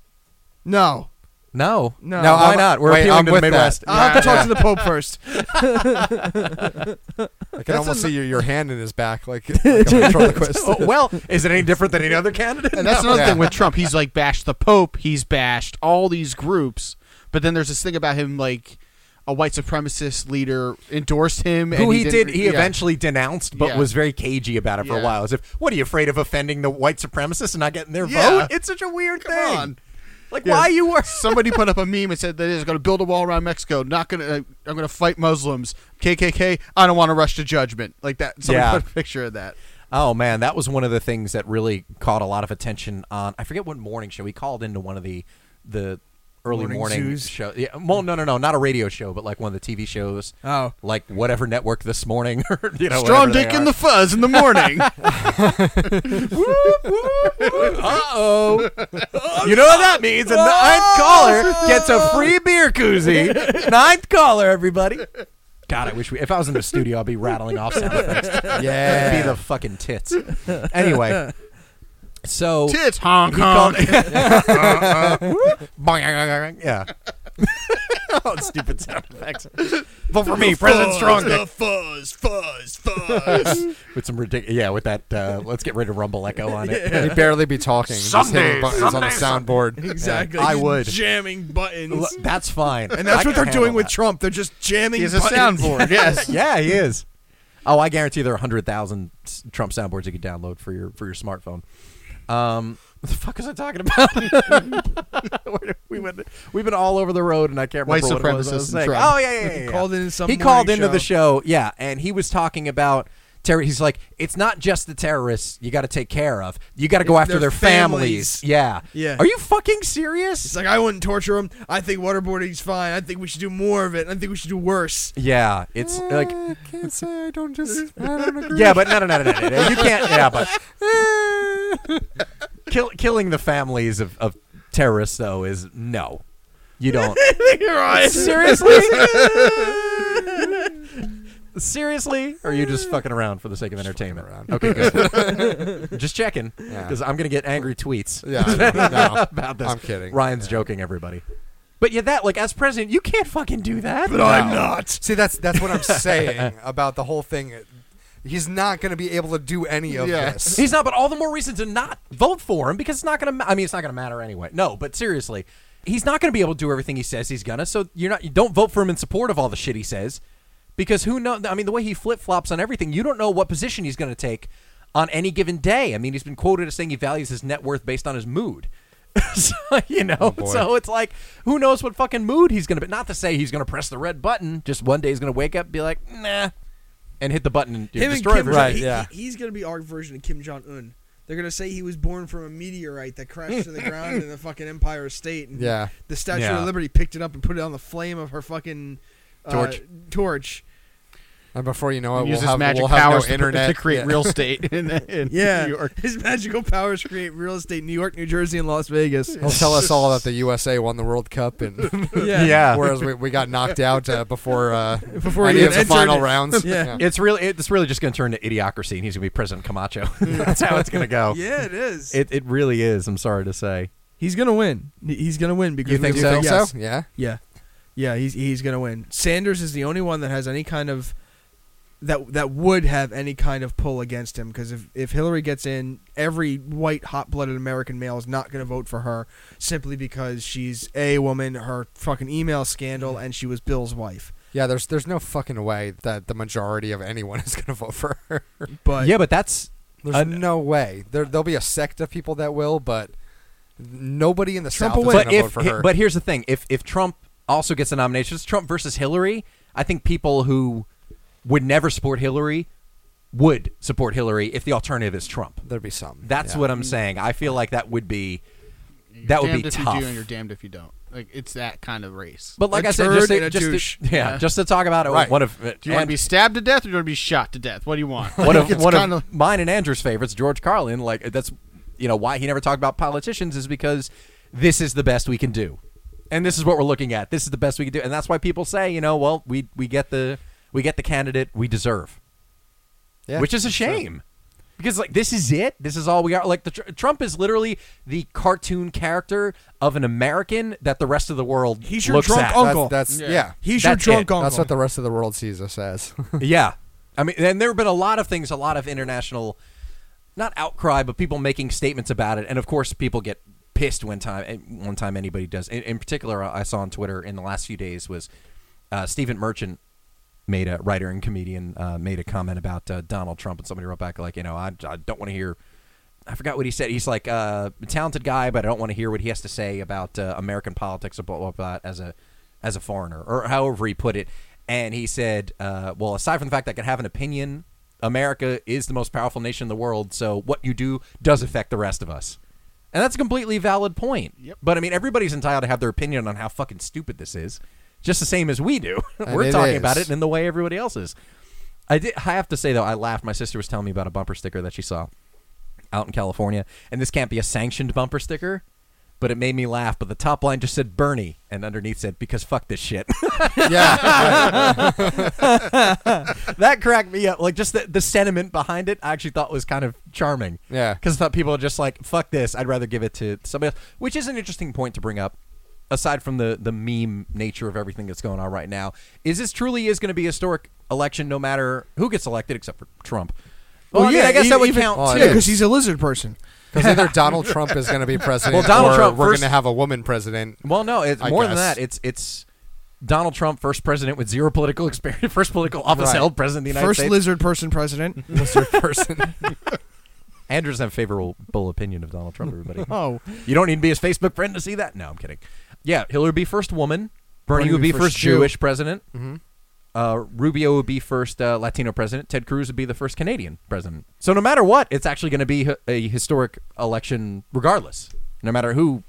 No,
No,
No.
no, why
I'm-
not? We're
wait,
appealing
I'm
to the
with that.
Midwest.
I'll have to talk to the Pope first.
I can almost see your, your hand in his back, like, like a ventriloquist.
Oh, well, is it any different than any other candidate?
And that's another
Yeah.
thing with Trump. He's like bashed the Pope. He's bashed all these groups. But then there's this thing about him like a white supremacist leader endorsed him.
who
and
he, did
didn't-
he
yeah.
eventually denounced but
Yeah.
was very cagey about it for a
Yeah.
while as if what are you afraid of offending the white supremacists and not getting their
Yeah.
vote it's such a weird
Come
thing
on.
like
Yeah.
why you were
Somebody put up a meme and said that he's going to build a wall around Mexico. Not going to. I'm going to fight Muslims. KKK. I don't want to rush to judgment like that. Somebody
Yeah.
put a picture of that.
oh man that was one of the things that really caught a lot of attention on i forget what morning show he called into one of the the early
Morning
morning,
zoos.
show. Yeah, well, no, no, no, not a radio show, but like one of the TV shows,
Oh,
like whatever network this morning. or, you know,
Strong
whatever they
dick in
are.
the fuzz in the morning.
Uh-oh. you know what that means? A ninth caller gets a free beer koozie. Ninth caller, everybody. God, I wish we. If I was in the studio, I'd be rattling off sound effects.
Yeah.
It'd be the fucking tits. Anyway, so
Tits Hong
he called-
Kong.
yeah. oh, stupid sound effects. But for me, President Strong Dick.
fuzz, fuzz, fuzz.
with some ridiculous. Yeah, with that. Uh, let's get rid of rumble echo on it.
He'd barely be talking. Just hitting buttons on the soundboard.
exactly.
I
He's
would.
jamming buttons,
L- That's fine.
and that's
I
what
can
they're doing
handle
with
that.
Trump. They're just jamming.
He's a
buttons.
soundboard. Yes.
yeah, he is. Oh, I guarantee there are hundred thousand Trump soundboards you could download for your for your smartphone. Um, what the fuck was I talking about? Where- we went, we've been all over the road, and I can't
White
remember what it was I
supremacist
was
and
saying.
Trump.
Oh yeah, yeah, yeah, yeah.
Called in some
he called
morning
into the show, yeah, and he was talking about. Terror, he's like, it's not just the terrorists you got to take care of. You got to go after
Their
their, families.
families.
Yeah.
Yeah.
Are you fucking serious?
It's like I wouldn't torture him. I think waterboarding's fine. I think we should do more of it. I think we should do worse.
yeah. It's like,
I can't say I don't just. I don't agree.
yeah, but no, no, no, no, no, no. You can't. Yeah, but kill, killing the families of, of terrorists though is no. You don't seriously. seriously, or are you just fucking around for the sake of entertainment?
around.
Okay, good. just checking
Yeah.
because I'm gonna get angry tweets
Yeah, I know. no,
about this.
I'm kidding.
Ryan's joking, everybody. But yeah, that like as president, you can't fucking do that.
No. See, that's that's what I'm saying about the whole thing. He's not going to be able to do any of
Yeah.
this.
He's not, but all the more reason to not vote for him because it's not going to. Ma- I mean, it's not going to matter anyway. No, but seriously, he's not going to be able to do everything he says he's gonna. So you're not. You don't vote for him in support of all the shit he says, because who know? I mean, the way he flip flops on everything, you don't know what position he's going to take on any given day. I mean, he's been quoted as saying he values his net worth based on his mood. so, you know,
Oh, boy.
so it's like who knows what fucking mood he's gonna be. Not to say he's gonna press the red button. Just one day he's gonna wake up, and be like, nah, and hit the button and
Him and
destroy
Kim,
everything.
Right,
he-
yeah.
he- he's gonna be our version of Kim Jong Un. They're gonna say he was born from a meteorite that crashed to the ground in the fucking Empire State, and
Yeah.
the Statue
Yeah.
of Liberty picked it up and put it on the flame of her fucking uh,
Torch.
Torch.
And before you know it,
Use
we'll
his
have,
magic
we'll have
powers
no internet
to, to create
Yeah.
real estate in, in
Yeah,
New York.
his magical powers create real estate, in New York, New Jersey, and Las Vegas.
He'll tell us all that the USA won the World Cup, and
yeah.
whereas we, we got knocked out uh, before uh,
Before
any
we
of the
entered.
final rounds.
Yeah.
It's really it's really just going to turn to idiocracy, and he's going to be President Camacho. That's how it's going to go.
Yeah, it is.
It it really is. I'm sorry to say.
he's gonna win. He- He's gonna win because
You think
we-
so?
Yes.
Yeah.
Yeah, yeah. He's he's gonna win. Sanders is the only one that has any kind of that that would have any kind of pull against him because if if Hillary gets in, every white hot blooded American male is not gonna vote for her simply because she's a woman, her fucking email scandal, and she was Bill's wife.
Yeah, there's there's no fucking way that the majority of anyone is going to vote for her.
But
yeah, but that's
There's
Uh,
no way. There there'll be a sect of people that will, but nobody in the
Trump
South
will
is
win.
going
but
to
if
vote for
he-
her.
but here's the thing: if if Trump also gets a nomination, it's Trump versus Hillary. I think people who would never support Hillary would support Hillary if the alternative is Trump.
there'd be some.
That's
yeah.
what I'm saying. I feel like that would be
You're
that would
damned
be
if
tough.
you do and you're damned if you don't. Like it's that kind of race.
But like
A
I said,
turd
just
and
to,
a douche.
just to, yeah,
Yeah.
just to talk about it,
Right.
one of
do you want to be stabbed to death or do you want to be shot to death? What do you want?
one
Like,
of
it's
one
kinda-
of mine and Andrew's favorites, George Carlin. Like that's you know why he never talked about politicians is because this is the best we can do, and this is what we're looking at. This is the best we can do, and that's why people say you know well we we get the we get the candidate we deserve,
Yeah.
which is a shame. Because like this is it, this is all we are. Like the tr- Trump is literally the cartoon character of an American that the rest of the world
He's your
looks
drunk
at.
That's,
Uncle.
that's
Yeah.
yeah.
he's your
That's
drunk
it.
uncle.
That's what the rest of the world sees us as.
Yeah. I mean, and there have been a lot of things, a lot of international, not outcry, but people making statements about it. And of course, people get pissed when time, and one time anybody does. In, in particular, uh, I saw on Twitter in the last few days was uh, Stephen Merchant made a writer and comedian uh, made a comment about uh, Donald Trump, and somebody wrote back like, you know, I, I don't want to hear. I forgot what he said. He's like uh, a talented guy, but I don't want to hear what he has to say about uh, American politics or blah, blah, blah, as a as a foreigner or however he put it. And he said, uh, well, aside from the fact that I can have an opinion, America is the most powerful nation in the world. So what you do does affect the rest of us. And that's a completely valid point.
Yep.
But I mean, everybody's entitled to have their opinion on how fucking stupid this is, just the same as we do. We're
it
talking about
is.
it in the way everybody else is. I did. I have to say though, I laughed. My sister was telling me about a bumper sticker that she saw out in California, and this can't be a sanctioned bumper sticker, but it made me laugh. But the top line just said Bernie, and underneath said because fuck this shit.
Yeah, right.
that cracked me up. Like just the, the sentiment behind it, I actually thought was kind of charming.
Yeah.
because I thought people are just like, "Fuck this," I'd rather give it to somebody else. Which is an interesting point to bring up. Aside from the the meme nature of everything that's going on right now, is this truly is going to be a historic election? No matter who gets elected, except for Trump. Well, e- I, mean, I guess that would count
Oh,
too.
it
Yeah, because
is.
he's a lizard person.
because either Donald Trump is going to be president,
Well, Donald
or
Trump
we're
first-
going to have a woman president.
Well, no, it's
I
more than
guess.
that. It's it's Donald Trump, first president with zero political experience, first political office
Right.
held president of the United
First
States.
lizard person president.
Mr. person.
Andrew doesn't have a favorable opinion of Donald Trump. Everybody,
Oh,
you don't need to be his Facebook friend to see that. No, I'm kidding. Yeah, Hillary would be first woman. Bernie, would be first
Jew.
Jewish president. Uh, Rubio would be first uh, Latino president. Ted Cruz would be the first Canadian president. So no matter what, it's actually going to be h- a historic election, regardless. No matter who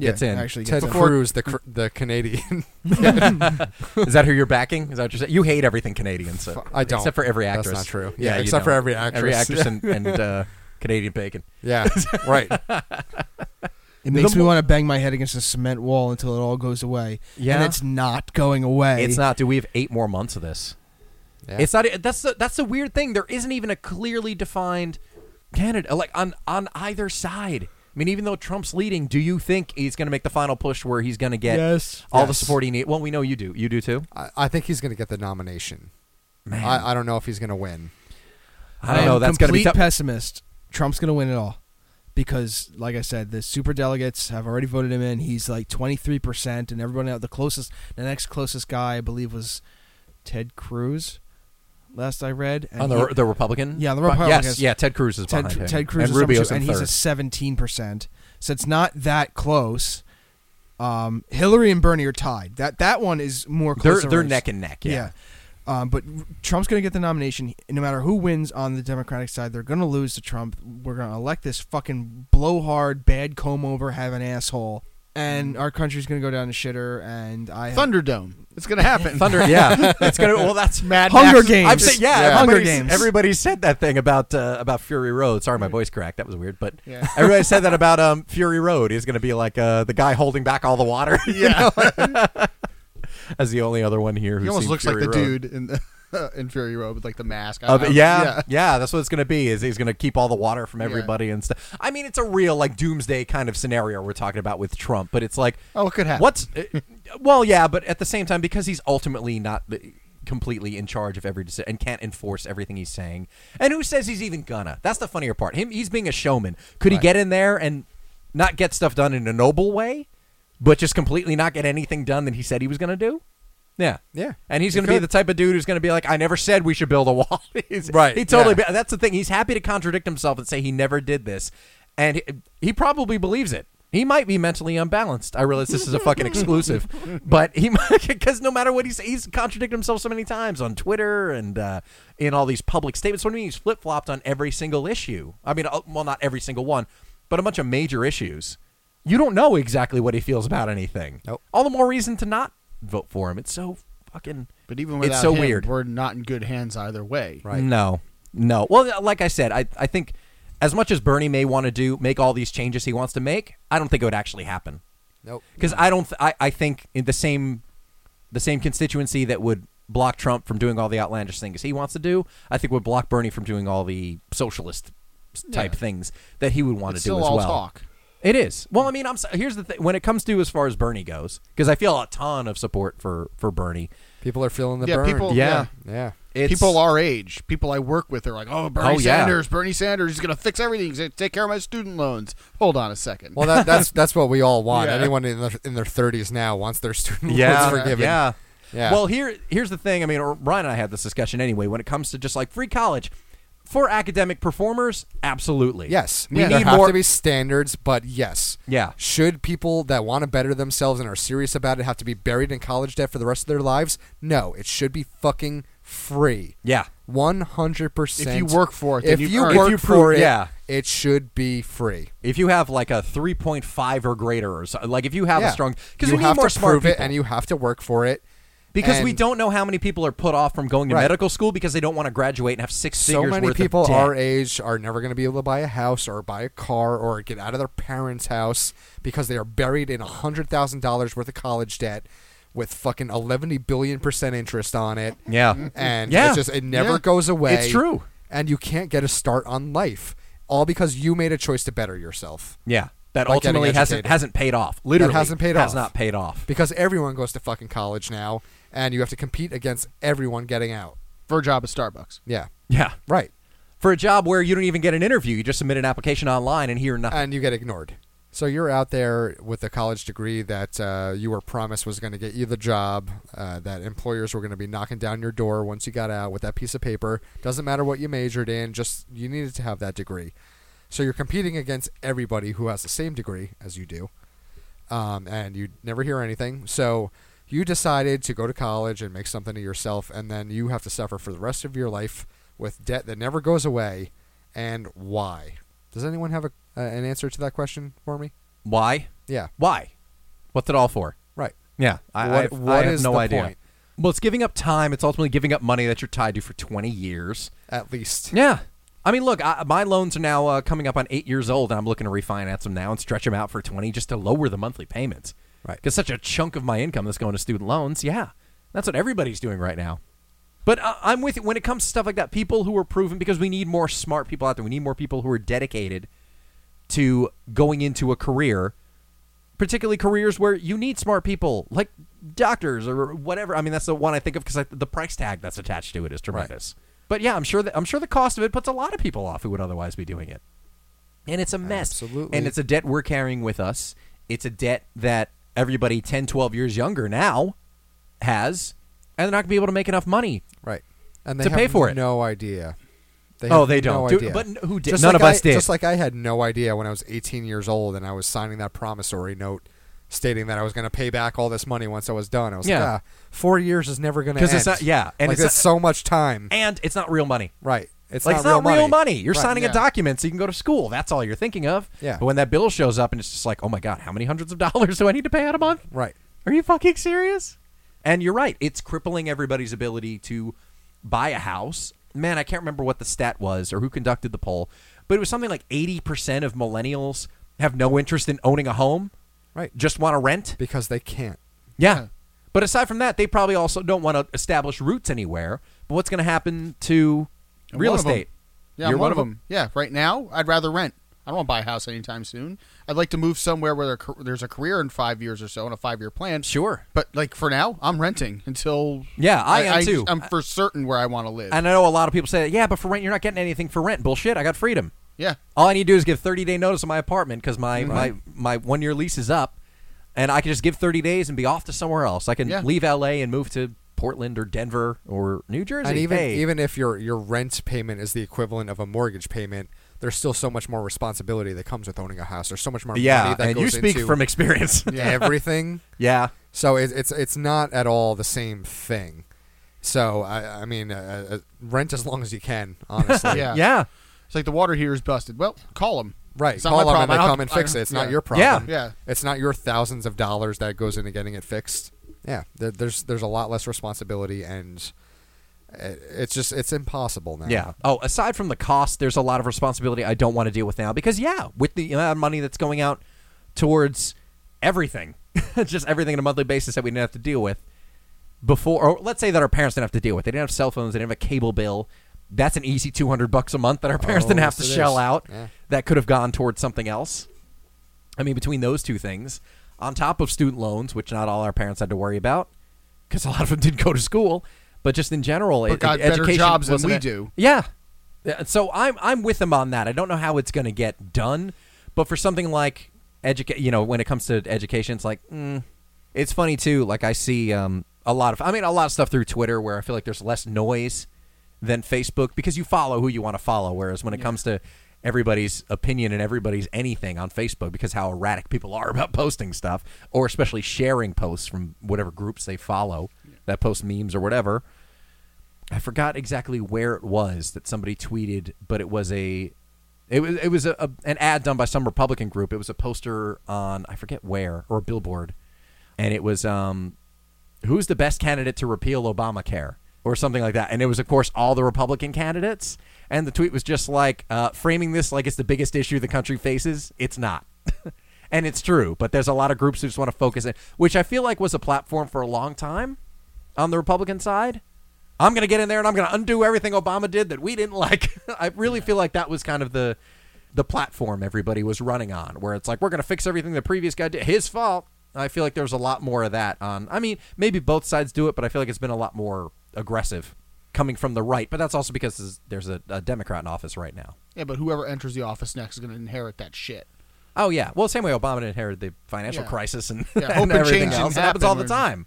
gets in.
actually
Ted
gets in.
Cruz, the cr- the Canadian.
Is that who you're backing? Is that what you're saying? You hate everything Canadian, so
I don't.
Except for every
That's
actress.
not true.
Yeah,
Yeah,
you
except for
don't.
every
Every
actress.
actress and, and uh, Canadian bacon.
yeah, right.
It makes me want to bang my head against a cement wall until it all goes away.
Yeah.
and it's not going away.
It's not. Do we have eight more months of this?
Yeah.
It's not. That's the, that's the weird thing. There isn't even a clearly defined candidate uh, like on on either side. I mean, even though Trump's leading, do you think he's going to make the final push where he's going to get
Yes.
all the
Yes.
support he needs? Well, we know you do. You do too.
I, I think he's going to get the nomination.
Man,
I, I don't know if he's going to win.
I don't know.
am
That's going to be
complete
tough.
pessimist. Trump's going to win it all because, like I said, the super delegates have already voted him in. He's like 23 percent, and everyone out the closest, the next closest guy, I believe, was Ted Cruz. Last I read, and
on
he-
Oh, the, the Republican.
Yeah, the
But- Yes,
Republicans.
yeah. Ted Cruz is
Ted,
behind him.
Ted Cruz
and
is
Rubio's
some,
in
and he's
third.
a 17 percent. So it's not that close. Um, Hillary and Bernie are tied. That that one is more
they're
close.
they're neck and neck. yeah.
Yeah. Um, but Trump's going to get the nomination. No matter who wins on the Democratic side, they're going to lose to Trump. We're going to elect this fucking blowhard, bad comb over, have an asshole. And
Mm.
our country's going to go down the shitter. And I.
Thunderdome. It's gonna happen.
Thunder. Yeah, it's gonna. Well, that's Mad
Hunger
Max.
Games.
I'm saying, yeah,
Yeah.
everybody-
Hunger Games.
Everybody said that thing about uh, about Fury Road. Sorry, my voice cracked. That was weird, but
Yeah.
everybody said that about um, Fury Road. He's gonna be like uh, the guy holding back all the water. you
Yeah,
know, as the only other one here who
he almost looks like the dude in the, in Fury Road with like the mask. I- I-
yeah, yeah, that's what it's gonna be. Is he's gonna keep all the water from
Yeah.
everybody and stuff. I mean, it's a real like doomsday kind of scenario we're talking about with Trump, but it's like,
Oh, it could happen.
What's uh, well, yeah, but at the same time, because he's ultimately not the, completely in charge of every decision and can't enforce everything he's saying. And who says he's even gonna? That's the funnier part. Him, he's being a showman. Could he get in there and not get stuff done in a noble way, but just completely not get anything done that he said he was gonna do? Yeah,
Yeah,
And he's
he
gonna be
could.
the type of dude who's gonna be like, "I never said we should build a wall." He's-
Right,
He totally.
yeah.
be- that's the thing. He's happy to contradict himself and say he never did this, and he, he probably believes it. He might be mentally unbalanced. I realize this is a fucking exclusive, but he because no matter what he says, he's contradicted himself so many times on Twitter and uh, in all these public statements. What do you mean he's flip flopped on every single issue? I mean, uh, well, not every single one, but a bunch of major issues. You don't know exactly what he feels about anything.
Nope.
All the more reason to not vote for him. It's so fucking.
But even without
it's so
him,
weird.
we're not in good hands either way.
Right.
No, no. Well, like I said, I, I think as much as Bernie may want to do make all these changes he wants to make, I don't think it would actually happen
Nope.
because I don't. Th- I I think in the same the same constituency that would block Trump from doing all the outlandish things he wants to do, I think would block Bernie from doing all the socialist s- type
Yeah.
things that he would want
It's
to do
still
as
all
well.
talk.
It is. Well, I mean, I'm s- here's the thing when it comes to as far as Bernie goes, because I feel a ton of support for for Bernie.
People are feeling the
Yeah,
burn.
people.
Yeah.
Yeah.
Yeah.
It's,
people our age, people I work with, are like, "Oh, Bernie
Oh, yeah.
Sanders, Bernie Sanders, he's gonna fix everything. He's gonna take care of my student loans." Hold on a second.
Well, that, that's that's what we all want.
Yeah.
Anyone in their in their thirties now wants their student
yeah,
loans forgiven.
Yeah.
Yeah.
Well, here here's the thing. I mean, or Ryan and I had this discussion anyway. When it comes to just like free college for academic performers, absolutely.
Yes,
we
there
need
have
more.
to be standards, but yes,
Yeah.
Should people that want to better themselves and are serious about it have to be buried in college debt for the rest of their lives? No, it should be fucking free.
Yeah.
one hundred percent.
If you work for it, then
if
you've
you
earned it.
work
If you
for
prove-
it,
yeah.
It should be free.
If you have like a 3.5 or greater, or so, like if you have
Yeah.
a strong, because
you
we need
have
more
to
smart
prove it,
people.
and you have to work for it.
because we
and-
don't know how many people are put off from going to
Right.
medical school because they don't want to graduate and have six
so
figures
many
worth
people
of debt.
our age are never going to be able to buy a house or buy a car or get out of their parents' house because they are buried in hundred thousand dollars worth of college debt with fucking eleven billion percent interest on it.
Yeah.
and
Yeah.
it's just it never
Yeah.
goes away.
It's true.
and you can't get a start on life all because you made a choice to better yourself.
Yeah. That
By getting
ultimately hasn't
educated.
hasn't paid off. Literally
hasn't paid
has
off.
not paid off.
Because everyone goes to fucking college now, and you have to compete against everyone getting out.
for a job at Starbucks.
Yeah,
Yeah.
right.
For a job where you don't even get an interview, you just submit an application online and hear nothing.
and you get ignored. So you're out there with a college degree that uh, you were promised was going to get you the job, uh, that employers were going to be knocking down your door once you got out with that piece of paper. Doesn't matter what you majored in, just you needed to have that degree. So you're competing against everybody who has the same degree as you do, um, and you never hear anything. So you decided to go to college and make something of yourself, and then you have to suffer for the rest of your life with debt that never goes away. And why? Does anyone have a, uh, an answer to that question for me?
Why?
Yeah,
Why? What's it all for?
right.
Yeah. I,
What-
I have, I
what
have
is
no
the
idea.
point?
Well, it's giving up time. It's ultimately giving up money that you're tied to for 20 years.
At least.
Yeah. I mean, look, I, my loans are now uh, coming up on eight years old, and I'm looking to refinance them now and stretch them out for 20 just to lower the monthly payments.
Right.
Because such a chunk of my income that's going to student loans. Yeah. That's what everybody's doing right now. But I, I'm with you. When it comes to stuff like that, people who are proven, because we need more smart people out there, we need more people who are dedicated to going into a career, particularly careers where you need smart people, like doctors or whatever. I mean, that's the one I think of because the price tag that's attached to it is tremendous. But yeah, I'm sure that I'm sure the cost of it puts a lot of people off who would otherwise be doing it, and it's a mess.
Absolutely.
and it's a debt we're carrying with us. It's a debt that everybody 10, 12 years younger now has, and they're not going to be able to make enough money.
Right. And they
To
have
pay for it.
no idea. They
Oh,
have
they don't.
No
Do-
idea.
but n- who did?
Just
None
like
of
I-
us did.
Just like I had no idea when I was 18 years old and I was signing that promissory note stating that I was going to pay back all this money once I was done. I was
Yeah.
like, ah, four years is never going to end.
'Cause it's not- yeah, and
and
it's
like,
not-
it's so much time.
And it's not real money.
right. It's
like
not
it's not real money. You're
Right,
signing
yeah.
a document so you can go to school. That's all you're thinking of.
Yeah.
But when that bill shows up and it's just like, oh my god, how many hundreds of dollars do I need to pay out a month?
Right.
Are you fucking serious? And you're right. It's crippling everybody's ability to buy a house. Man, I can't remember what the stat was or who conducted the poll, but it was something like 80% of millennials have no interest in owning a home.
Right.
Just want to rent.
Because they can't.
Yeah. But aside from that, they probably also don't want to establish roots anywhere. But what's going to happen to
I'm
real
one of 'em.
estate?
Yeah, I'm one, of them. Yeah, right now I'd rather rent. I don't want to buy a house anytime soon. I'd like to move somewhere where there ca- there's a career in five years or so and a five year plan.
Sure.
But like for now, I'm renting until
Yeah, I am too.
I'm for certain where I want to live.
And I know a lot of people say, yeah, but for rent, you're not getting anything for rent. Bullshit. I got freedom.
yeah,
All I need to do is give 30 day notice on my apartment because my,
Mm-hmm.
my, my one year lease is up. And I can just give 30 days and be off to somewhere else. I can
Yeah.
leave LA and move to Portland or Denver or New Jersey.
and even
Hey.
even if your your rent payment is the equivalent of a mortgage payment, there's still so much more responsibility that comes with owning a house. There's so much more money
yeah,
that
and
goes
you speak
into
from experience.
everything.
yeah.
so it, it's it's not at all the same thing. So I I mean, uh, uh, rent as long as you can, honestly.
Yeah.
Yeah.
it's like the water heater's busted. Well, call them.
Right,
It's not
call
my
them and
problem.
they
I don't-
come and
I
fix
don't-
it. It's
yeah.
not your problem.
Yeah. Yeah.
it's not your thousands of dollars that goes into getting it fixed. Yeah, there, there's there's a lot less responsibility, and it, it's just it's impossible now.
Yeah. Oh, aside from the cost, there's a lot of responsibility I don't want to deal with now because yeah, with the amount of money that's going out towards everything, just everything on a monthly basis that we didn't have to deal with before, or let's say that our parents didn't have to deal with. They didn't have cell phones. They didn't have a cable bill. That's an easy 200 bucks a month that our parents
Oh,
didn't have to
yes, it
shell
is.
out.
Yeah.
That could have gone towards something else. I mean, between those two things, on top of student loans, which not all our parents had to worry about, because a lot of them didn't go to school, but just in general,
But
it-
got better
education
jobs than
wasn't
we
a-
do.
Yeah, Yeah, so I'm I'm with them on that. I don't know how it's going to get done, but for something like educate, you know, when it comes to education, it's like mm, it's funny too. Like I see um, a lot of, I mean, a lot of stuff through Twitter where I feel like there's less noise than Facebook because you follow who you want to follow. Whereas when it comes to everybody's opinion and everybody's anything on Facebook, because how erratic people are about posting stuff, or especially sharing posts from whatever groups they follow that post memes or whatever. I forgot exactly where it was that somebody tweeted, but it was a It was it was a, a- an ad done by some Republican group. It was a poster on I forget where or a billboard, and it was um, who's the best candidate to repeal Obamacare or something like that. And it was of course all the Republican candidates. And the tweet was just like uh, framing this like it's the biggest issue the country faces. It's not. And it's true, but there's a lot of groups who just want to focus it, which I feel like was a platform for a long time on the Republican side. I'm going to get in there and I'm going to undo everything Obama did that we didn't like. I really feel like that was kind of the the platform everybody was running on, where it's like we're going to fix everything the previous guy did, his fault. I feel like there's a lot more of that on. I mean, maybe both sides do it, but I feel like it's been a lot more aggressive coming from the right. But that's also because there's- there's a, a Democrat in office right now.
Yeah, but whoever enters the office next is going to inherit that shit.
Oh yeah, well, same way Obama inherited the financial
Yeah.
crisis and,
Yeah, hope
and
it
everything
changed and
else. It happens all the time.
happened.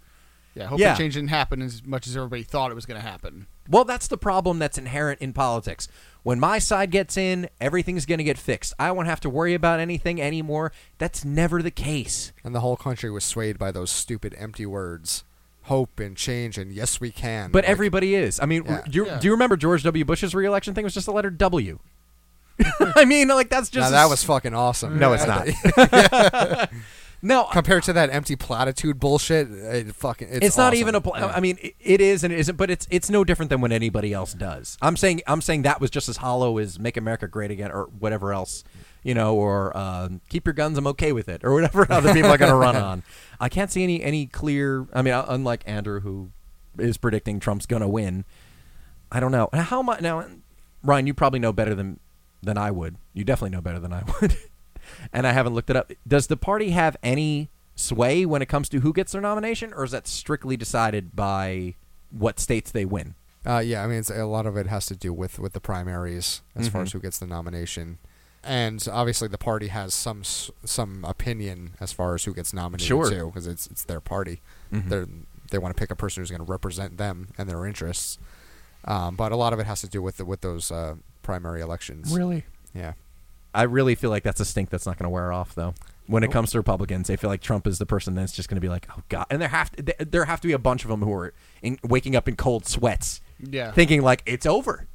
Yeah, hope
Yeah.
the change didn't happen as much as everybody thought it was going to happen.
Well, that's the problem that's inherent in politics. When my side gets in, everything's going to get fixed. I won't have to worry about anything anymore. That's never the case.
And the whole country was swayed by those stupid empty words, hope and change and yes we can.
But
Like,
everybody is. I mean,
Yeah.
do, you,
Yeah.
do you remember George W. Bush's reelection thing was just the letter W? I mean, like that's
now
just
that was fucking awesome.
No, it's not. no.
Compared to that empty platitude bullshit, it fucking it's,
It's, not
awesome.
even a. Pl-
Yeah.
I mean, it, it is and it isn't, but it's it's no different than when anybody else does. I'm saying I'm saying that was just as hollow as "Make America Great Again" or whatever else, you know, or um, "Keep Your Guns, I'm Okay with It" or whatever other people are going to run on. I can't see any any clear. I mean, uh, unlike Andrew, who is predicting Trump's going to win, I don't know Now, how much now. Ryan, you probably know better than than I would. You definitely know better than I would, and I haven't looked it up. Does the party have any sway when it comes to who gets their nomination, or is that strictly decided by what states they win?
Uh, yeah, I mean, it's, a lot of it has to do with, with the primaries as far
Mm-hmm.
as who gets the nomination, and obviously the party has some s- some opinion as far as who gets nominated
Sure. Mm-hmm.
too, because it's it's their party. They're they want to pick a person who's going to represent them and their interests. Um, but a lot of it has to do with the, with those uh, primary elections.
Really,
Yeah.
I really feel like that's a stink that's not going to wear off though. When it comes to Republicans, they feel like Trump is the person that's just going to be like, "Oh God!" And there have to, th- there have to be a bunch of them who are in, waking up in cold sweats,
Yeah.
thinking like it's over.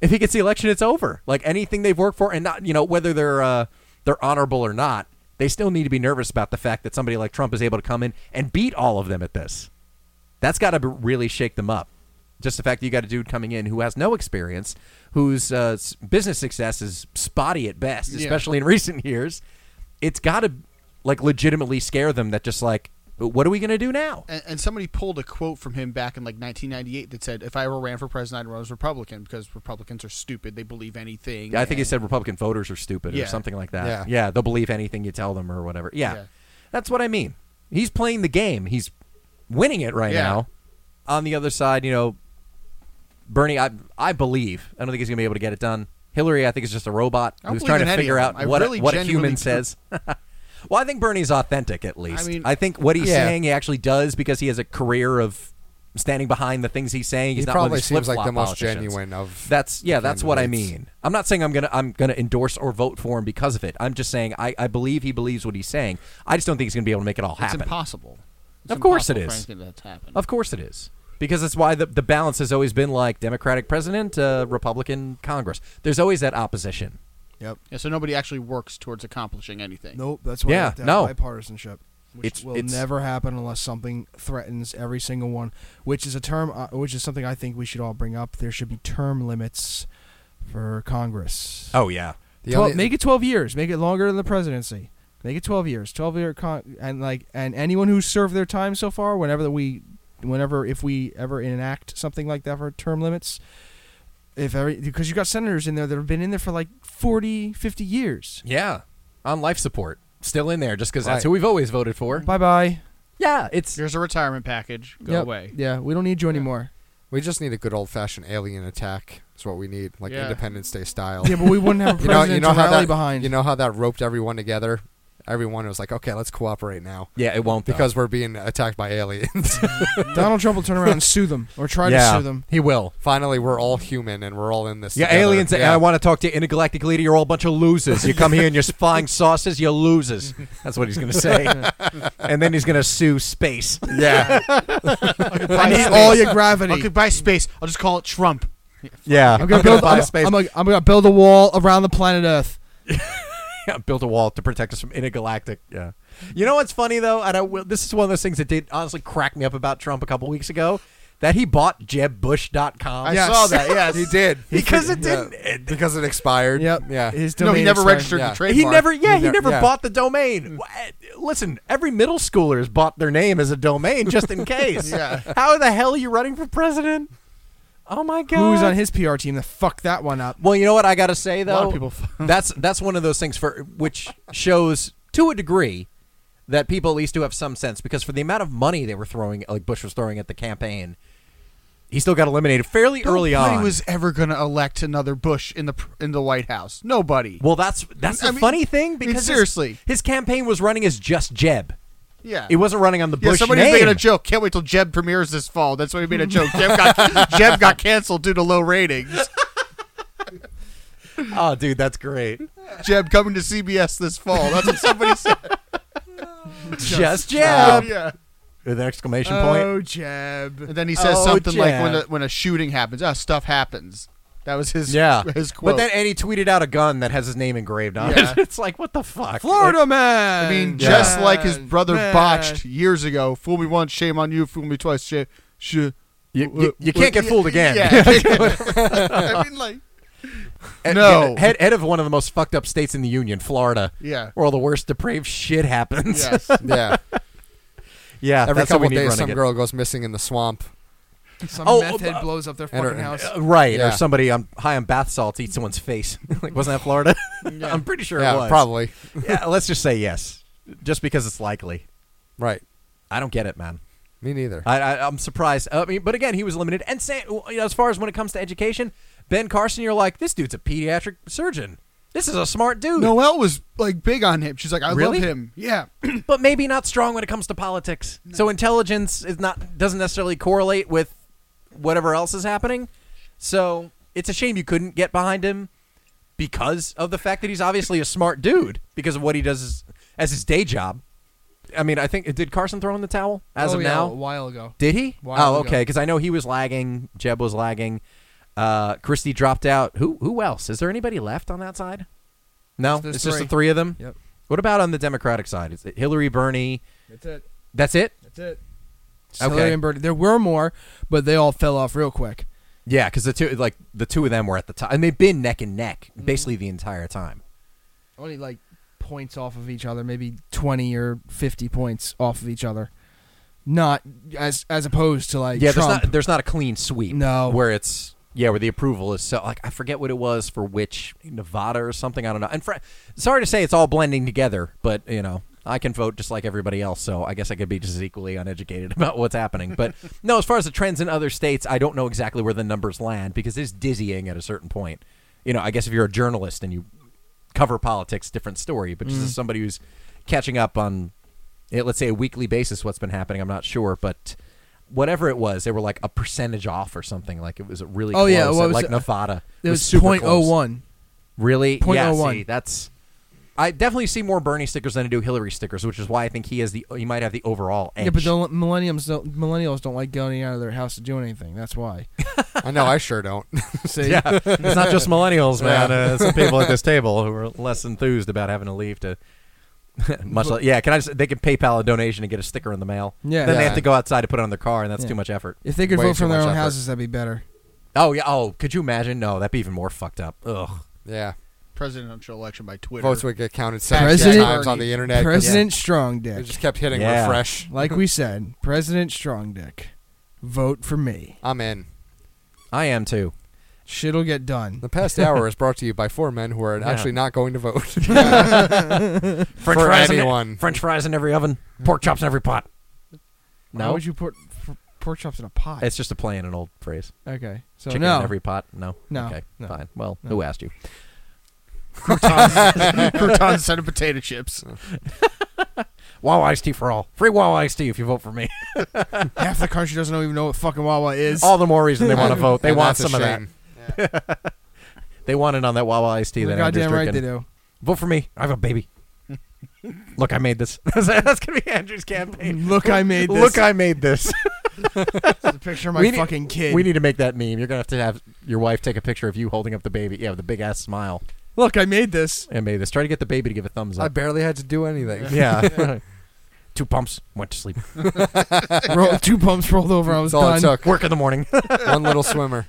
If he gets the election, it's over. Like anything they've worked for, and not you know whether they're uh, they're honorable or not, they still need to be nervous about the fact that somebody like Trump is able to come in and beat all of them at this. That's got to really shake them up. Just the fact that you got a dude coming in who has no experience, whose uh, s- business success is spotty at best, especially in recent years. It's got to like legitimately scare them that just like, what are we going to do now?
And, and somebody pulled a quote from him back in like 1998 that said, "If I ever ran for president, I'd run as Republican because Republicans are stupid. They believe anything."
I think he
and-
said Republican voters are stupid
Yeah.
or something like that.
Yeah.
Yeah. they'll believe anything you tell them or whatever. Yeah.
Yeah.
That's what I mean. He's playing the game. He's winning it right
Yeah.
now. On the other side, you know, Bernie, I I believe. I don't think he's going to be able to get it done. Hillary, I think is just a robot
I don't
who's
believe
trying
in
to
any of
figure
them.
out
I
what
really
a, what a
genuinely
human
do.
says. well, I think Bernie's authentic at least.
mean-
I think what he's
Yeah.
saying he actually does because he has a career of standing behind the things he's saying. He's
he
not one of
probably
these
seems like
flip-flop
the most
politicians.
genuine of.
That's yeah, that's what I
candidates.
mean. I'm not saying I'm gonna I'm gonna endorse or vote for him because of it. I'm just saying I, I believe he believes what he's saying. I just don't think he's gonna be able to make it all
It's
happen.
impossible. It's
Of course it
impossible for
is.
anything to that's happened.
of course it is. Because that's why the, the balance has always been like Democratic president, uh, Republican Congress. There's always that opposition.
Yep.
Yeah, so nobody actually works towards accomplishing anything.
Nope. That's why
Yeah,
I have to have
no.
bipartisanship, which
It's-
will
it's-
never happen unless something threatens every single one. Which is a term, uh, which is something I think we should all bring up. There should be term limits for Congress.
Oh yeah.
The
12
only-
make it 12 years. Make it longer than the presidency. Make it 12 years. 12 year con- and like and anyone who's served their time so far whenever that we whenever if we ever enact something like that for term limits if every because you got senators in there that have been in there for like 40 50 years.
Yeah. On life support. Still in there just because
Right.
that's who we've always voted for.
Bye-bye.
Yeah, it's
Here's a retirement package. Go
Yep.
away.
Yeah, we don't need you anymore.
We just need a good old fashioned alien attack. That's what we need, like
Yeah.
Independence Day style.
Yeah, but we wouldn't have a
you know,
president
you know
to
how
rally
that,
behind.
You know how that roped everyone together. Everyone was like, "Okay, let's cooperate now,"
yeah, it won't though.
because we're being attacked by aliens.
Donald Trump will turn around and sue them or try
yeah,
to sue them.
he will.
Finally, we're all human and we're all in this.
Yeah,
together.
aliens.
Yeah.
I want to talk to you, intergalactic leader. You're all a bunch of losers. You come here and you're flying saucers. You're losers. That's what he's going to say. and then he's going to sue space.
yeah.
I need all your gravity.
I'll buy space. I'll just call it Trump.
Yeah,
I'm gonna build.
buy
I'm,
space.
I'm gonna, I'm gonna build a wall around the planet Earth.
yeah, built a wall to protect us from intergalactic. Yeah. You know what's funny though, and I will, this is one of those things that did honestly crack me up about Trump a couple weeks ago, that he bought JebBush.com.
I
Yes.
saw that. Yes, he did
Because it
Yeah.
didn't- it-
because it expired.
Yep.
Yeah.
His
No, he
domain
never
expired.
registered
Yeah.
the
He
trademark.
He never, yeah, he
He ne-
never
yeah.
bought Hmm. the domain. Wha- Listen, every middle schooler has bought their name as a domain just in case.
Yeah.
How the hell are you running for president? Oh my god!
Who was on his PR team that fucked that one up?
Well, you know what I gotta say though.
lot of people-
that's that's one of those things for which shows to a degree that people at least do have some sense because for the amount of money they were throwing, like Bush was throwing at the campaign, he still got eliminated fairly early
Nobody
on.
was ever going to elect another Bush in the pr- in the White House. Nobody.
well, that's that's the
I mean- I
funny
mean,
thing because his-
seriously.
his, campaign was running as just Jeb.
yeah.
It wasn't running on the
Yeah,
Bush
somebody was
name.
making a joke. Can't wait till Jeb premieres this fall. That's why we made a joke. Jeb got Jeb got canceled due to low ratings.
oh, dude, that's great.
Jeb coming to CBS this fall. That's what somebody said.
just Jeb
yeah.
with an exclamation point.
Oh, Jeb.
And then he says
Oh,
something like when a,
Jeb.
when a shooting happens, ah, stuff happens. That was his
Yeah,
his quote.
But then and he tweeted out a gun that has his name engraved on
Yeah.
it. It's like what the fuck,
Florida man.
I mean,
Yeah.
just like his brother
Man.
botched years ago. Fool me once, shame on you. Fool me twice, shame. Sh-
You, you, you can't get fooled again.
Yeah. I mean, like,
And-
No.
Head, head of one of the most fucked up states in the union, Florida.
Yeah.
Where all the worst depraved shit happens.
yes.
Yeah.
yeah.
Every
that's how
couple
we
of
need
days,
running
some
it.
girl goes missing in the swamp.
some
oh,
meth head
uh,
blows up their
and-
fucking house.
Uh, right. Or
Yeah.
somebody on, high on bath salts eats someone's face. like, wasn't that Florida? I'm pretty sure it
yeah,
was.
probably.
yeah, let's just say yes. Just because it's likely.
Right.
I don't get it, man.
Me neither.
I, I, I'm surprised. I mean, but again, he was limited. And say, you know, as far as when it comes to education, Ben Carson, you're like, this dude's a pediatric surgeon. This is a smart dude.
Noelle was like big on him. She's like, I
Really?
love him. Yeah.
but maybe not strong when it comes to politics. So intelligence is not doesn't necessarily correlate with whatever else is happening. So it's a shame you couldn't get behind him because of the fact that he's obviously a smart dude because of what he does as, as his day job. I mean, I think did Carson throw in the towel as
Oh,
of
yeah,
now?
a while ago.
Did he?
While
oh,
ago.
okay. Because I know he was lagging. Jeb was lagging. Uh, Christie dropped out. Who who else? Is there anybody left on that side? No,
There's
it's just the
three.
three of them.
Yep.
What about on the Democratic side? Is it Hillary, Bernie?
That's it.
That's it.
That's it.
Okay.
Hillary and Bernie. There were more, but they all fell off real quick.
Yeah, because the two like the two of them were at the top, and they've been neck and neck
Mm-hmm.
basically the entire time.
Only like points off of each other, maybe twenty or fifty points off of each other. Not as as opposed to like
Yeah, there's
Trump.
not there's not a clean sweep.
No.
where it's yeah, where the approval is so like I forget what it was for which Nevada or something. I don't know. And fr- sorry to say, it's all blending together, but you know. I can vote just like everybody else, so I guess I could be just as equally uneducated about what's happening. But no, as far as the trends in other states, I don't know exactly where the numbers land because it's dizzying at a certain point. You know, I guess if you're a journalist and you cover politics, different story. But
Mm.
just as somebody who's catching up on, eh, let's say, a weekly basis, what's been happening, I'm not sure. But whatever it was, they were like a percentage off or something. Like it was really
Oh,
close.
yeah, what
at,
was
like
it?
Nevada.
It was
super
point oh
close.
one.
Really?
Point
yeah,
oh one.
see, that's. I definitely see more Bernie stickers than I do Hillary stickers, which is why I think he has the he might have the overall edge.
Yeah, but don't, millennials don't millennials don't like going out of their house to do anything. That's why.
I know. I sure don't.
See?
yeah, it's not just millennials, man. Uh, some people at this table who are less enthused about having to leave to. much like, yeah, can I? Just, they can PayPal a donation and get a sticker in the mail.
Yeah.
then they
Yeah.
have to go outside to put it on their car, and that's
Yeah.
too much effort.
If they could
Way
vote
too
from their
much
own
effort.
houses, that'd be better.
Oh yeah. Oh, could you imagine? No, that'd be even more fucked up. Ugugh.
yeah.
Presidential election by Twitter.
Votes would get counted seven
President-
times on the internet. 'cause
President Strong
They
Dick.
just kept hitting
Yeah.
refresh.
Like we said, President Strong Dick. Vote for me.
I'm in.
I am too.
Shit'll get done.
The past hour is brought to you by four men who are
Yeah.
actually not going to vote.
French
For
fries in it-
anyone.
French fries in every oven. Pork chops in every pot.
Why
No,
would you put f- pork chops in a pot?
it's just a play in an old phrase.
okay. So
Chicken
no.
in every pot. No.
No.
Okay.
No.
Fine. Well,
No.
who asked you?
croutons instead of potato chips.
Wow, iced tea for all. Free wow iced tea if you vote for me.
Half the country doesn't even know what fucking Wawa is.
All the more reason they want to vote. They
And
want
that's a
some of that.
shame.
They want it on that Wawa iced tea
They're
that Andrew's
goddamn right
drinking.
they do.
Vote for me. I have a baby. Look, I made this. That's gonna be Andrew's campaign.
Look, I made this.
Look, I made this.
It's a picture of my
We need-
fucking kid.
We need to make that meme. You're gonna have to have your wife take a picture of you holding up the baby. Yeah, with the big ass smile.
Look, I made this.
And maybe this. Try to get the baby to give a thumbs
I
up.
barely had to do anything.
yeah. Two pumps. Went to sleep.
Roll, two pumps rolled over. I was
That's all it
done.
took.
Work in the morning.
One little swimmer.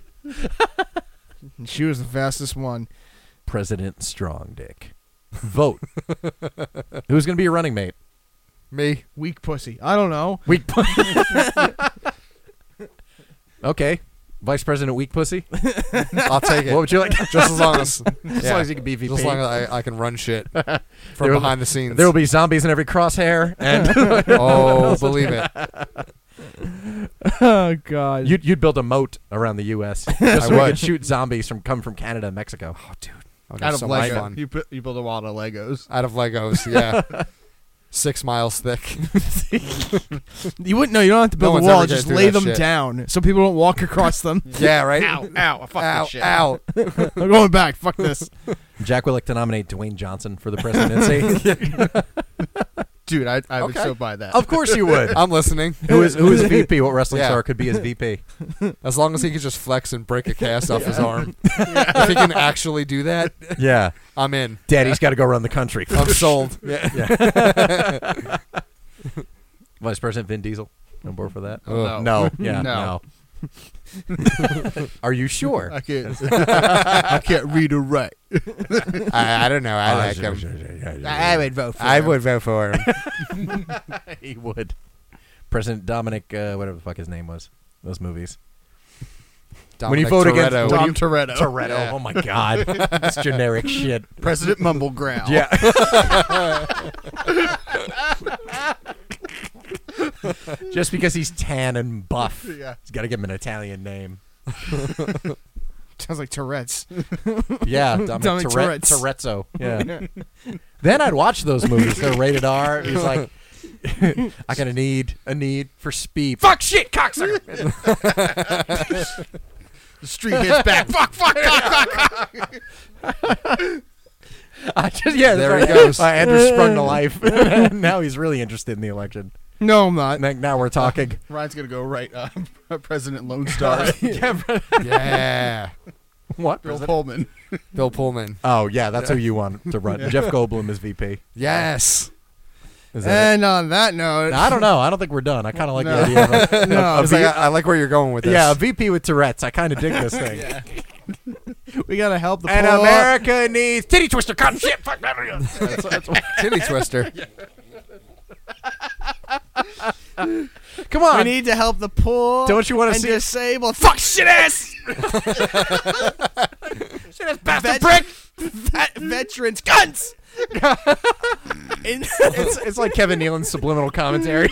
And she was the fastest one.
President Strong Dick. Vote. Who's gonna be your running mate?
Me.
Weak pussy. I don't know.
Weak. pu- okay. Vice President Weak Pussy.
I'll take it.
What would you like?
just as long as,
As long as you can be VP.
just as long as I, I can run shit from
There will-
behind the scenes.
there will be zombies in every crosshair, and
oh, believe it.
Oh god.
you'd, you'd build a moat around the U.S. just so
I
we
would.
could shoot zombies from come from Canada and Mexico. Oh, dude.
I would have
Out of
so much
Lego,
fun.
you, put, you build a wall out of Legos.
Out of Legos, yeah. Six miles thick.
you wouldn't know. You don't have to
No
build
one's
a
ever
wall.
gonna
Just
do
lay
that
them
shit.
down so people don't walk across them.
Yeah, right?
Oh,
Ow, ow, I fucked
Ow,
this shit.
ow.
I'm going back. Fuck this.
Jack would like to nominate Dwayne Johnson for the presidency.
Dude, I, I would
Okay.
so buy that.
of course you would.
I'm listening.
who is who is VP? What wrestling
Yeah.
star could be his VP?
As long as he can just flex and break a cast off his arm. If he can actually do that,
Yeah,
I'm in.
Daddy's got to go around the country.
I'm sold.
Vice President Vin Diesel. No board for that.
Ugh.
no.
No. Yeah.
No.
no. Are you sure?
I can't. I can't read or write.
I, I don't know.
Ah,
I like him.
would vote
I would vote for him.
he would. President Dominic, uh, whatever the fuck his name was, those movies. When you
Dominic
vote against
Toretto.
Tom Toretto,
Toretto. Oh my god, it's generic shit.
President Mumbleground.
Yeah. Just because he's tan and buff,
Yeah.
he's got to give him an Italian name.
Sounds like Tourette's.
Yeah, Dominic,
Dominic
Tourette,
Tourette's.
Tourettezo. Yeah. then I'd watch those movies. They're rated R. He's like, I got a need, a need for speed. Fuck shit, cocksucker.
The street hits back. fuck, fuck, fuck, fuck.
I just, yeah,
There
that's
he
right.
goes.
Uh, Andrew sprung to life. now he's really interested in the election.
No, I'm not.
Now- Now we're talking.
Ryan's gonna go right. Uh, President Lone Star.
Yeah.
What?
Bill Pullman.
Bill Pullman.
Oh yeah, that's who you want to run. Jeff Goldblum is VP.
Yes.
Is that
And on that note,
it? I don't know. I don't think we're done. I kind of like the
No.
idea. Of a,
I, was like, I, I like where you're going with this.
yeah, a VP with Tourette's. I kind of dig this thing.
we gotta help the
And
poor.
America needs titty twister cotton shit. Fuck that. That's- that's-
Titty twister.
Come on.
We need to help the poor.
Don't you want to
and
see
disabled. Fuck shit ass.
shit ass
Vet-
bastard prick?
Vet- veterans guns. In-
It's, it's like Kevin Nealon's subliminal commentary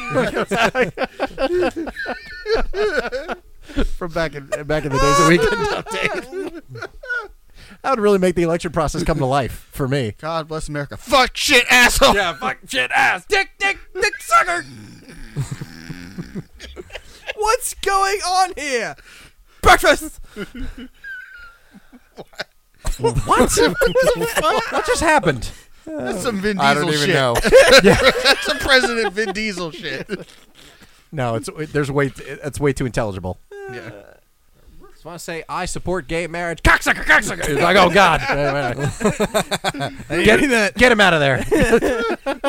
from back in back in the days of Weekend Update. That would really make the election process come to life for me.
God bless America. Fuck shit, asshole.
Yeah, fuck shit ass, dick, dick, dick, sucker.
What's going on here? Breakfast.
What? what just happened?
That's some Vin Diesel
I don't even
shit.
know.
That's some President Vin Diesel shit.
No, it's there's way it's way too intelligible. Just want to say I support gay marriage. Cocksucker, cocksucker. It's like, oh God, get, get him out of there.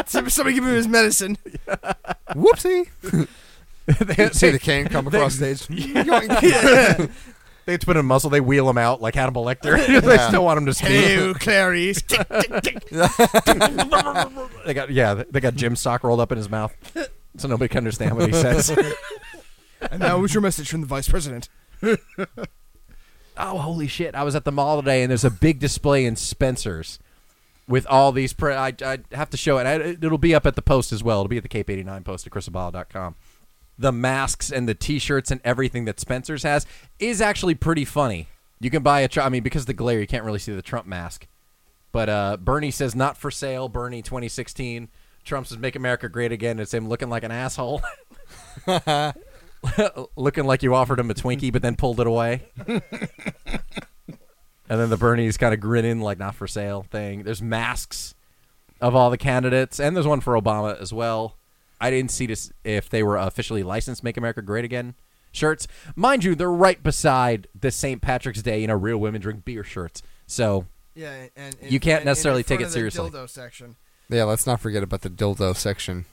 Somebody give him his medicine.
Whoopsie. See the cane come across stage. Yoink.
They put him in muscle. They wheel him out like Hannibal Lecter. they
Yeah.
still want him to speak.
Ew, Clarice. Tick, tick, tick.
They got yeah. They got Jim sock rolled up in his mouth, so nobody can understand what he says.
and that was your message from the vice president.
oh holy shit! I was at the mall today and there's a big display in Spencer's with all these. Pre- I I have to show it. I, it'll be up at the post as well. It'll be at the Cape eighty nine post at chrisabala.com. The masks and the T-shirts and everything that Spencer's has is actually pretty funny. You can buy a. Tr- I mean, because of the glare, you can't really see the Trump mask. But uh, Bernie says not for sale. Bernie 2016. Trump says make America great again. It's him looking like an asshole. looking like you offered him a Twinkie, but then pulled it away. and then the Bernie's kind of grinning like not for sale thing. There's masks of all the candidates, and there's one for Obama as well. I didn't see this if they were officially licensed "Make America Great Again" shirts. Mind you, they're right beside the St. Patrick's Day, you know, real women drink beer shirts. So
Yeah, and, and
You
and-
can't
and
necessarily
in
take
front
it
of the
seriously.
Dildo section.
Yeah, let's not forget about the dildo section.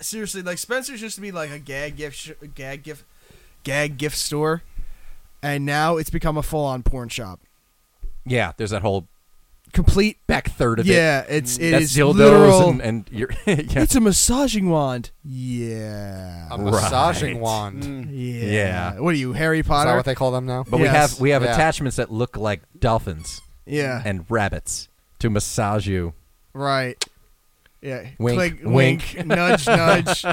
Seriously, like Spencer's used to be like a gag gift, sh- gag gift, gag gift store, and now it's become a full-on porn shop.
yeah, there's that whole
Complete.
back third of it.
Yeah, it's it
Mm, That's
is
dildos
literal.
and, and you're, yeah.
It's a massaging wand. Yeah.
A
Right.
massaging wand.
Mm.
yeah.
Um, yeah.
What are you, Harry
Is that
Potter?
what they call them now?
But we
Yes.
have we have
Yeah.
attachments that look like dolphins
yeah.
and rabbits to massage you.
right. Yeah.
Wink,
Click,
wink.
wink. Nudge. Nudge.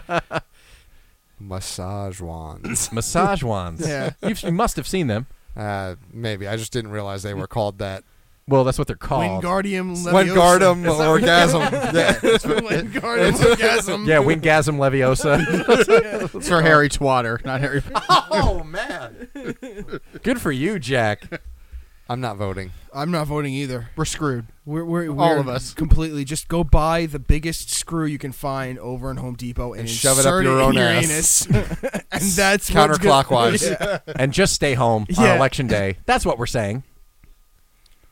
Massage wands.
Massage wands.
Yeah.
You've, you must have seen them.
Uh, maybe I just didn't realize they were called that.
Well, that's what they're called.
Wingardium Leviosa.
Wingardium orgasm. yeah,
Wingardium Leviosa.
yeah, Wingasm Leviosa.
It's for Harry Twatter, not Harry.
oh man,
Good for you, Jack.
I'm not voting.
I'm not voting either.
We're screwed.
We're, we're,
All
we're
of us.
completely. Just go buy the biggest screw you can find over in Home Depot and,
And shove it up
insert
your
in
own
your
ass.
anus. and that's what's good-
Counterclockwise.
Yeah.
And just stay home
Yeah.
on election day. That's what we're saying.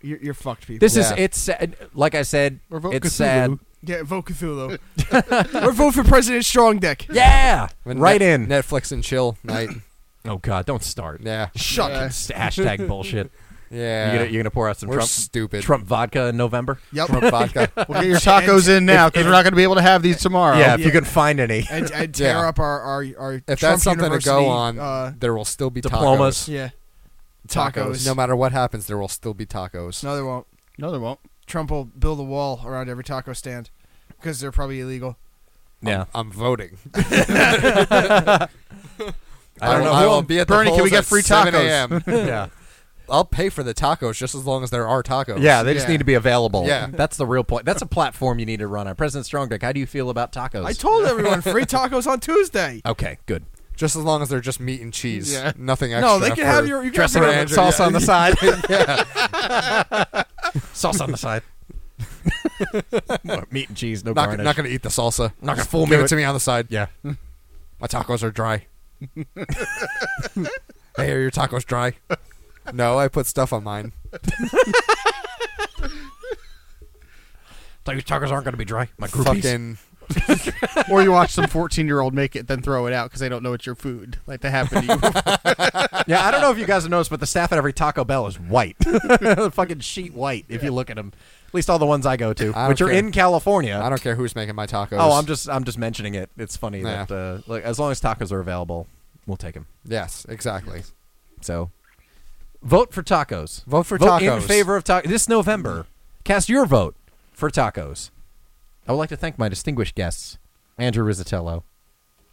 You're, you're fucked, people.
This is
Yeah.
it's sad. like I said,
Or vote
it's
Cthulhu.
sad.
yeah, vote Cthulhu or vote for President Strong Dick.
Yeah, right
Net-
in.
Netflix and chill night.
Oh God, don't start.
Yeah,
Shut
Yeah.
it.
It's hashtag bullshit.
yeah.
You're, gonna, you're gonna pour out some
we're
Trump
stupid.
Trump vodka in November.
Yep.
Trump vodka.
Well, get your tacos in now because we're not going to be able to have these tomorrow.
yeah, if
yeah.
you can find any
and, and tear
Yeah.
up our our, our Trump
If that's something to
University,
go on,
Uh,
there will still be
diplomas.
yeah,
Tacos.
tacos.
No matter what happens, there will still be tacos.
no, there won't.
No, there won't.
Trump will build a wall around every taco stand because they're probably illegal.
Yeah,
I'm voting.
I don't
will-
know.
I will be at the
Bernie, can
polls
we get
at
free
7
tacos?
a.m..
yeah,
I'll pay for the tacos just as long as there are tacos.
yeah. They just
Yeah.
need to be available.
Yeah.
that's the real point. That's a platform you need to run on. President Strong Dick, how do you feel about tacos?
I told everyone free tacos on Tuesday.
okay, good.
Just as long as they're just meat and cheese.
Yeah.
Nothing extra.
No, they can have
for-
your you can have
Dress it
your-
for
up with
Andrew,
sauce
yeah.
on the side.
yeah.
sauce on the side. Meat and cheese, no
Not,
garnish.
not gonna eat the salsa.
Not gonna
Just
fool me
Give it
with-
to me on the side.
yeah.
My tacos are dry. hey, are your tacos dry? No, I put stuff on mine.
Thought your tacos aren't going to be dry. My
Fucking
or you watch some 14 year old make it, then throw it out because they don't know it's your food. Like that happened to you.
Yeah, I don't know if you guys have noticed, but the staff at every Taco Bell is white. fucking sheet white, if you look at them. At least all the ones I go to,
I don't
which are
care.
in California.
I don't care who's making my tacos.
oh, I'm just I'm just mentioning it. It's funny
Yeah.
that uh, like, as long as tacos are available, we'll take them.
Yes, exactly.
So, vote for tacos.
Vote for
in
tacos.
favor of tacos this November. Cast your vote for tacos. I would like to thank my distinguished guests. Andrew Rizzatello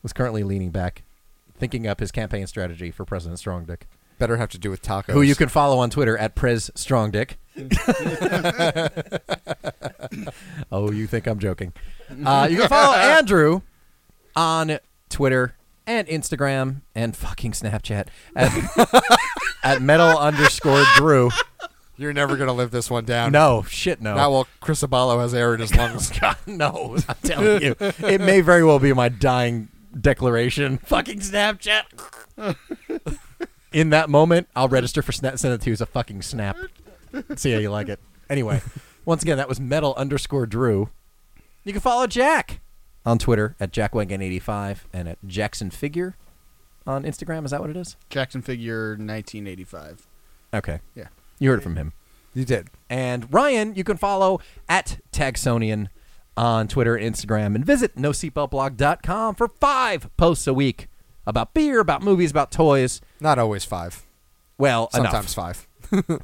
was currently leaning back, thinking up his campaign strategy for President Strongdick,
Better have to do with tacos.
who you can follow on Twitter at Prez Strongdick. oh, you think I'm joking? Uh, you can follow Andrew on Twitter and Instagram and fucking Snapchat at, at metal underscore Drew.
You're never gonna live this one down.
No, shit, no.
Not while Chris Abalo has air in his lungs.
God, no, I'm telling you. It may very well be my dying declaration. Fucking Snapchat. In that moment, I'll register for Snap, send it to you as a fucking snap. See how you like it. Anyway, once again, that was metal underscore Drew. You can follow Jack on Twitter at JackWagon85 and at Jackson Figure on Instagram. Is that what it is?
Jackson Figure 1985.
Okay.
Yeah.
You heard it from him.
you did.
And Ryan, you can follow at Tagsonian on Twitter and Instagram and visit noseatbeltblog.com for five posts a week about beer, about movies, about toys.
Not always five.
Well, enough.
Sometimes five.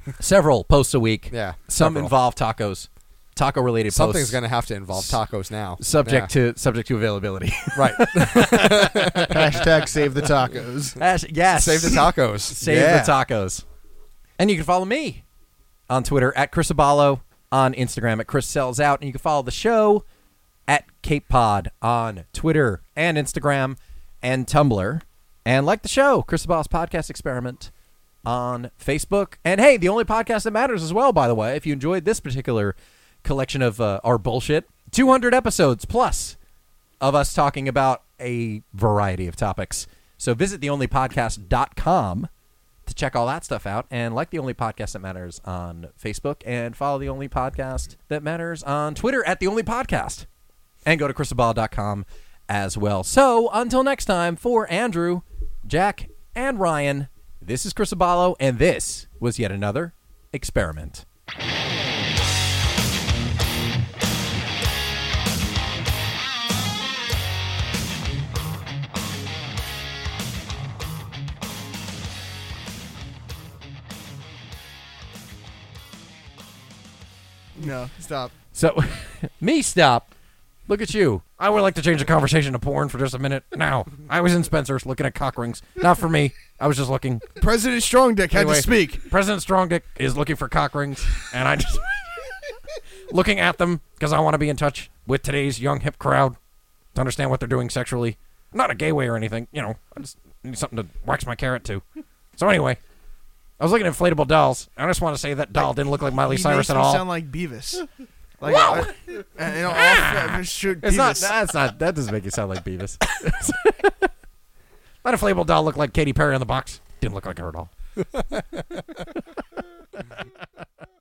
Several posts a week.
Yeah,
Some
several.
involve tacos, taco related posts.
Something's gonna have to involve tacos now.
subject to subject to availability.
to right.
Hashtag save the tacos.
Ash- yes.
Save the tacos.
Save
Yeah.
the tacos. And you can follow me on Twitter at Chris Abalo, on Instagram at Chris Sells Out, and you can follow the show at Cape Pod on Twitter and Instagram and Tumblr. And like the show, Chris Abalo's Podcast Experiment on Facebook. And hey, the only podcast that matters as well, by the way, if you enjoyed this particular collection of uh, our bullshit, 200 episodes plus of us talking about a variety of topics. So visit theonlypodcast.com to check all that stuff out and like the only podcast that matters on Facebook and follow the only podcast that matters on Twitter at the only podcast and go to chrisabal.com as well. So until next time for Andrew, Jack, and Ryan, this is Chris Abalo and this was yet another experiment.
No, stop.
So, me stop. Look at you. I would like to change the conversation to porn for just a minute. Now, I was in Spencer's looking at cock rings. Not for me. I was just looking.
President Strong Dick had
Anyway.
to speak.
President Strongdick is looking for cock rings, and I just looking at them because I want to be in touch with today's young hip crowd to understand what they're doing sexually. I'm not a gay way or anything, you know. I just need something to wax my carrot to. So anyway, I was looking at inflatable dolls. and I just want to say that doll didn't look like Miley
He
Cyrus
makes
at
me
all.
sound like Beavis. Like, I, and, you know, all, shoot,
Ah!
Beavis.
It's not. That's not. That doesn't make you sound like Beavis. that inflatable doll looked like Katy Perry on the box. Didn't look like her at all.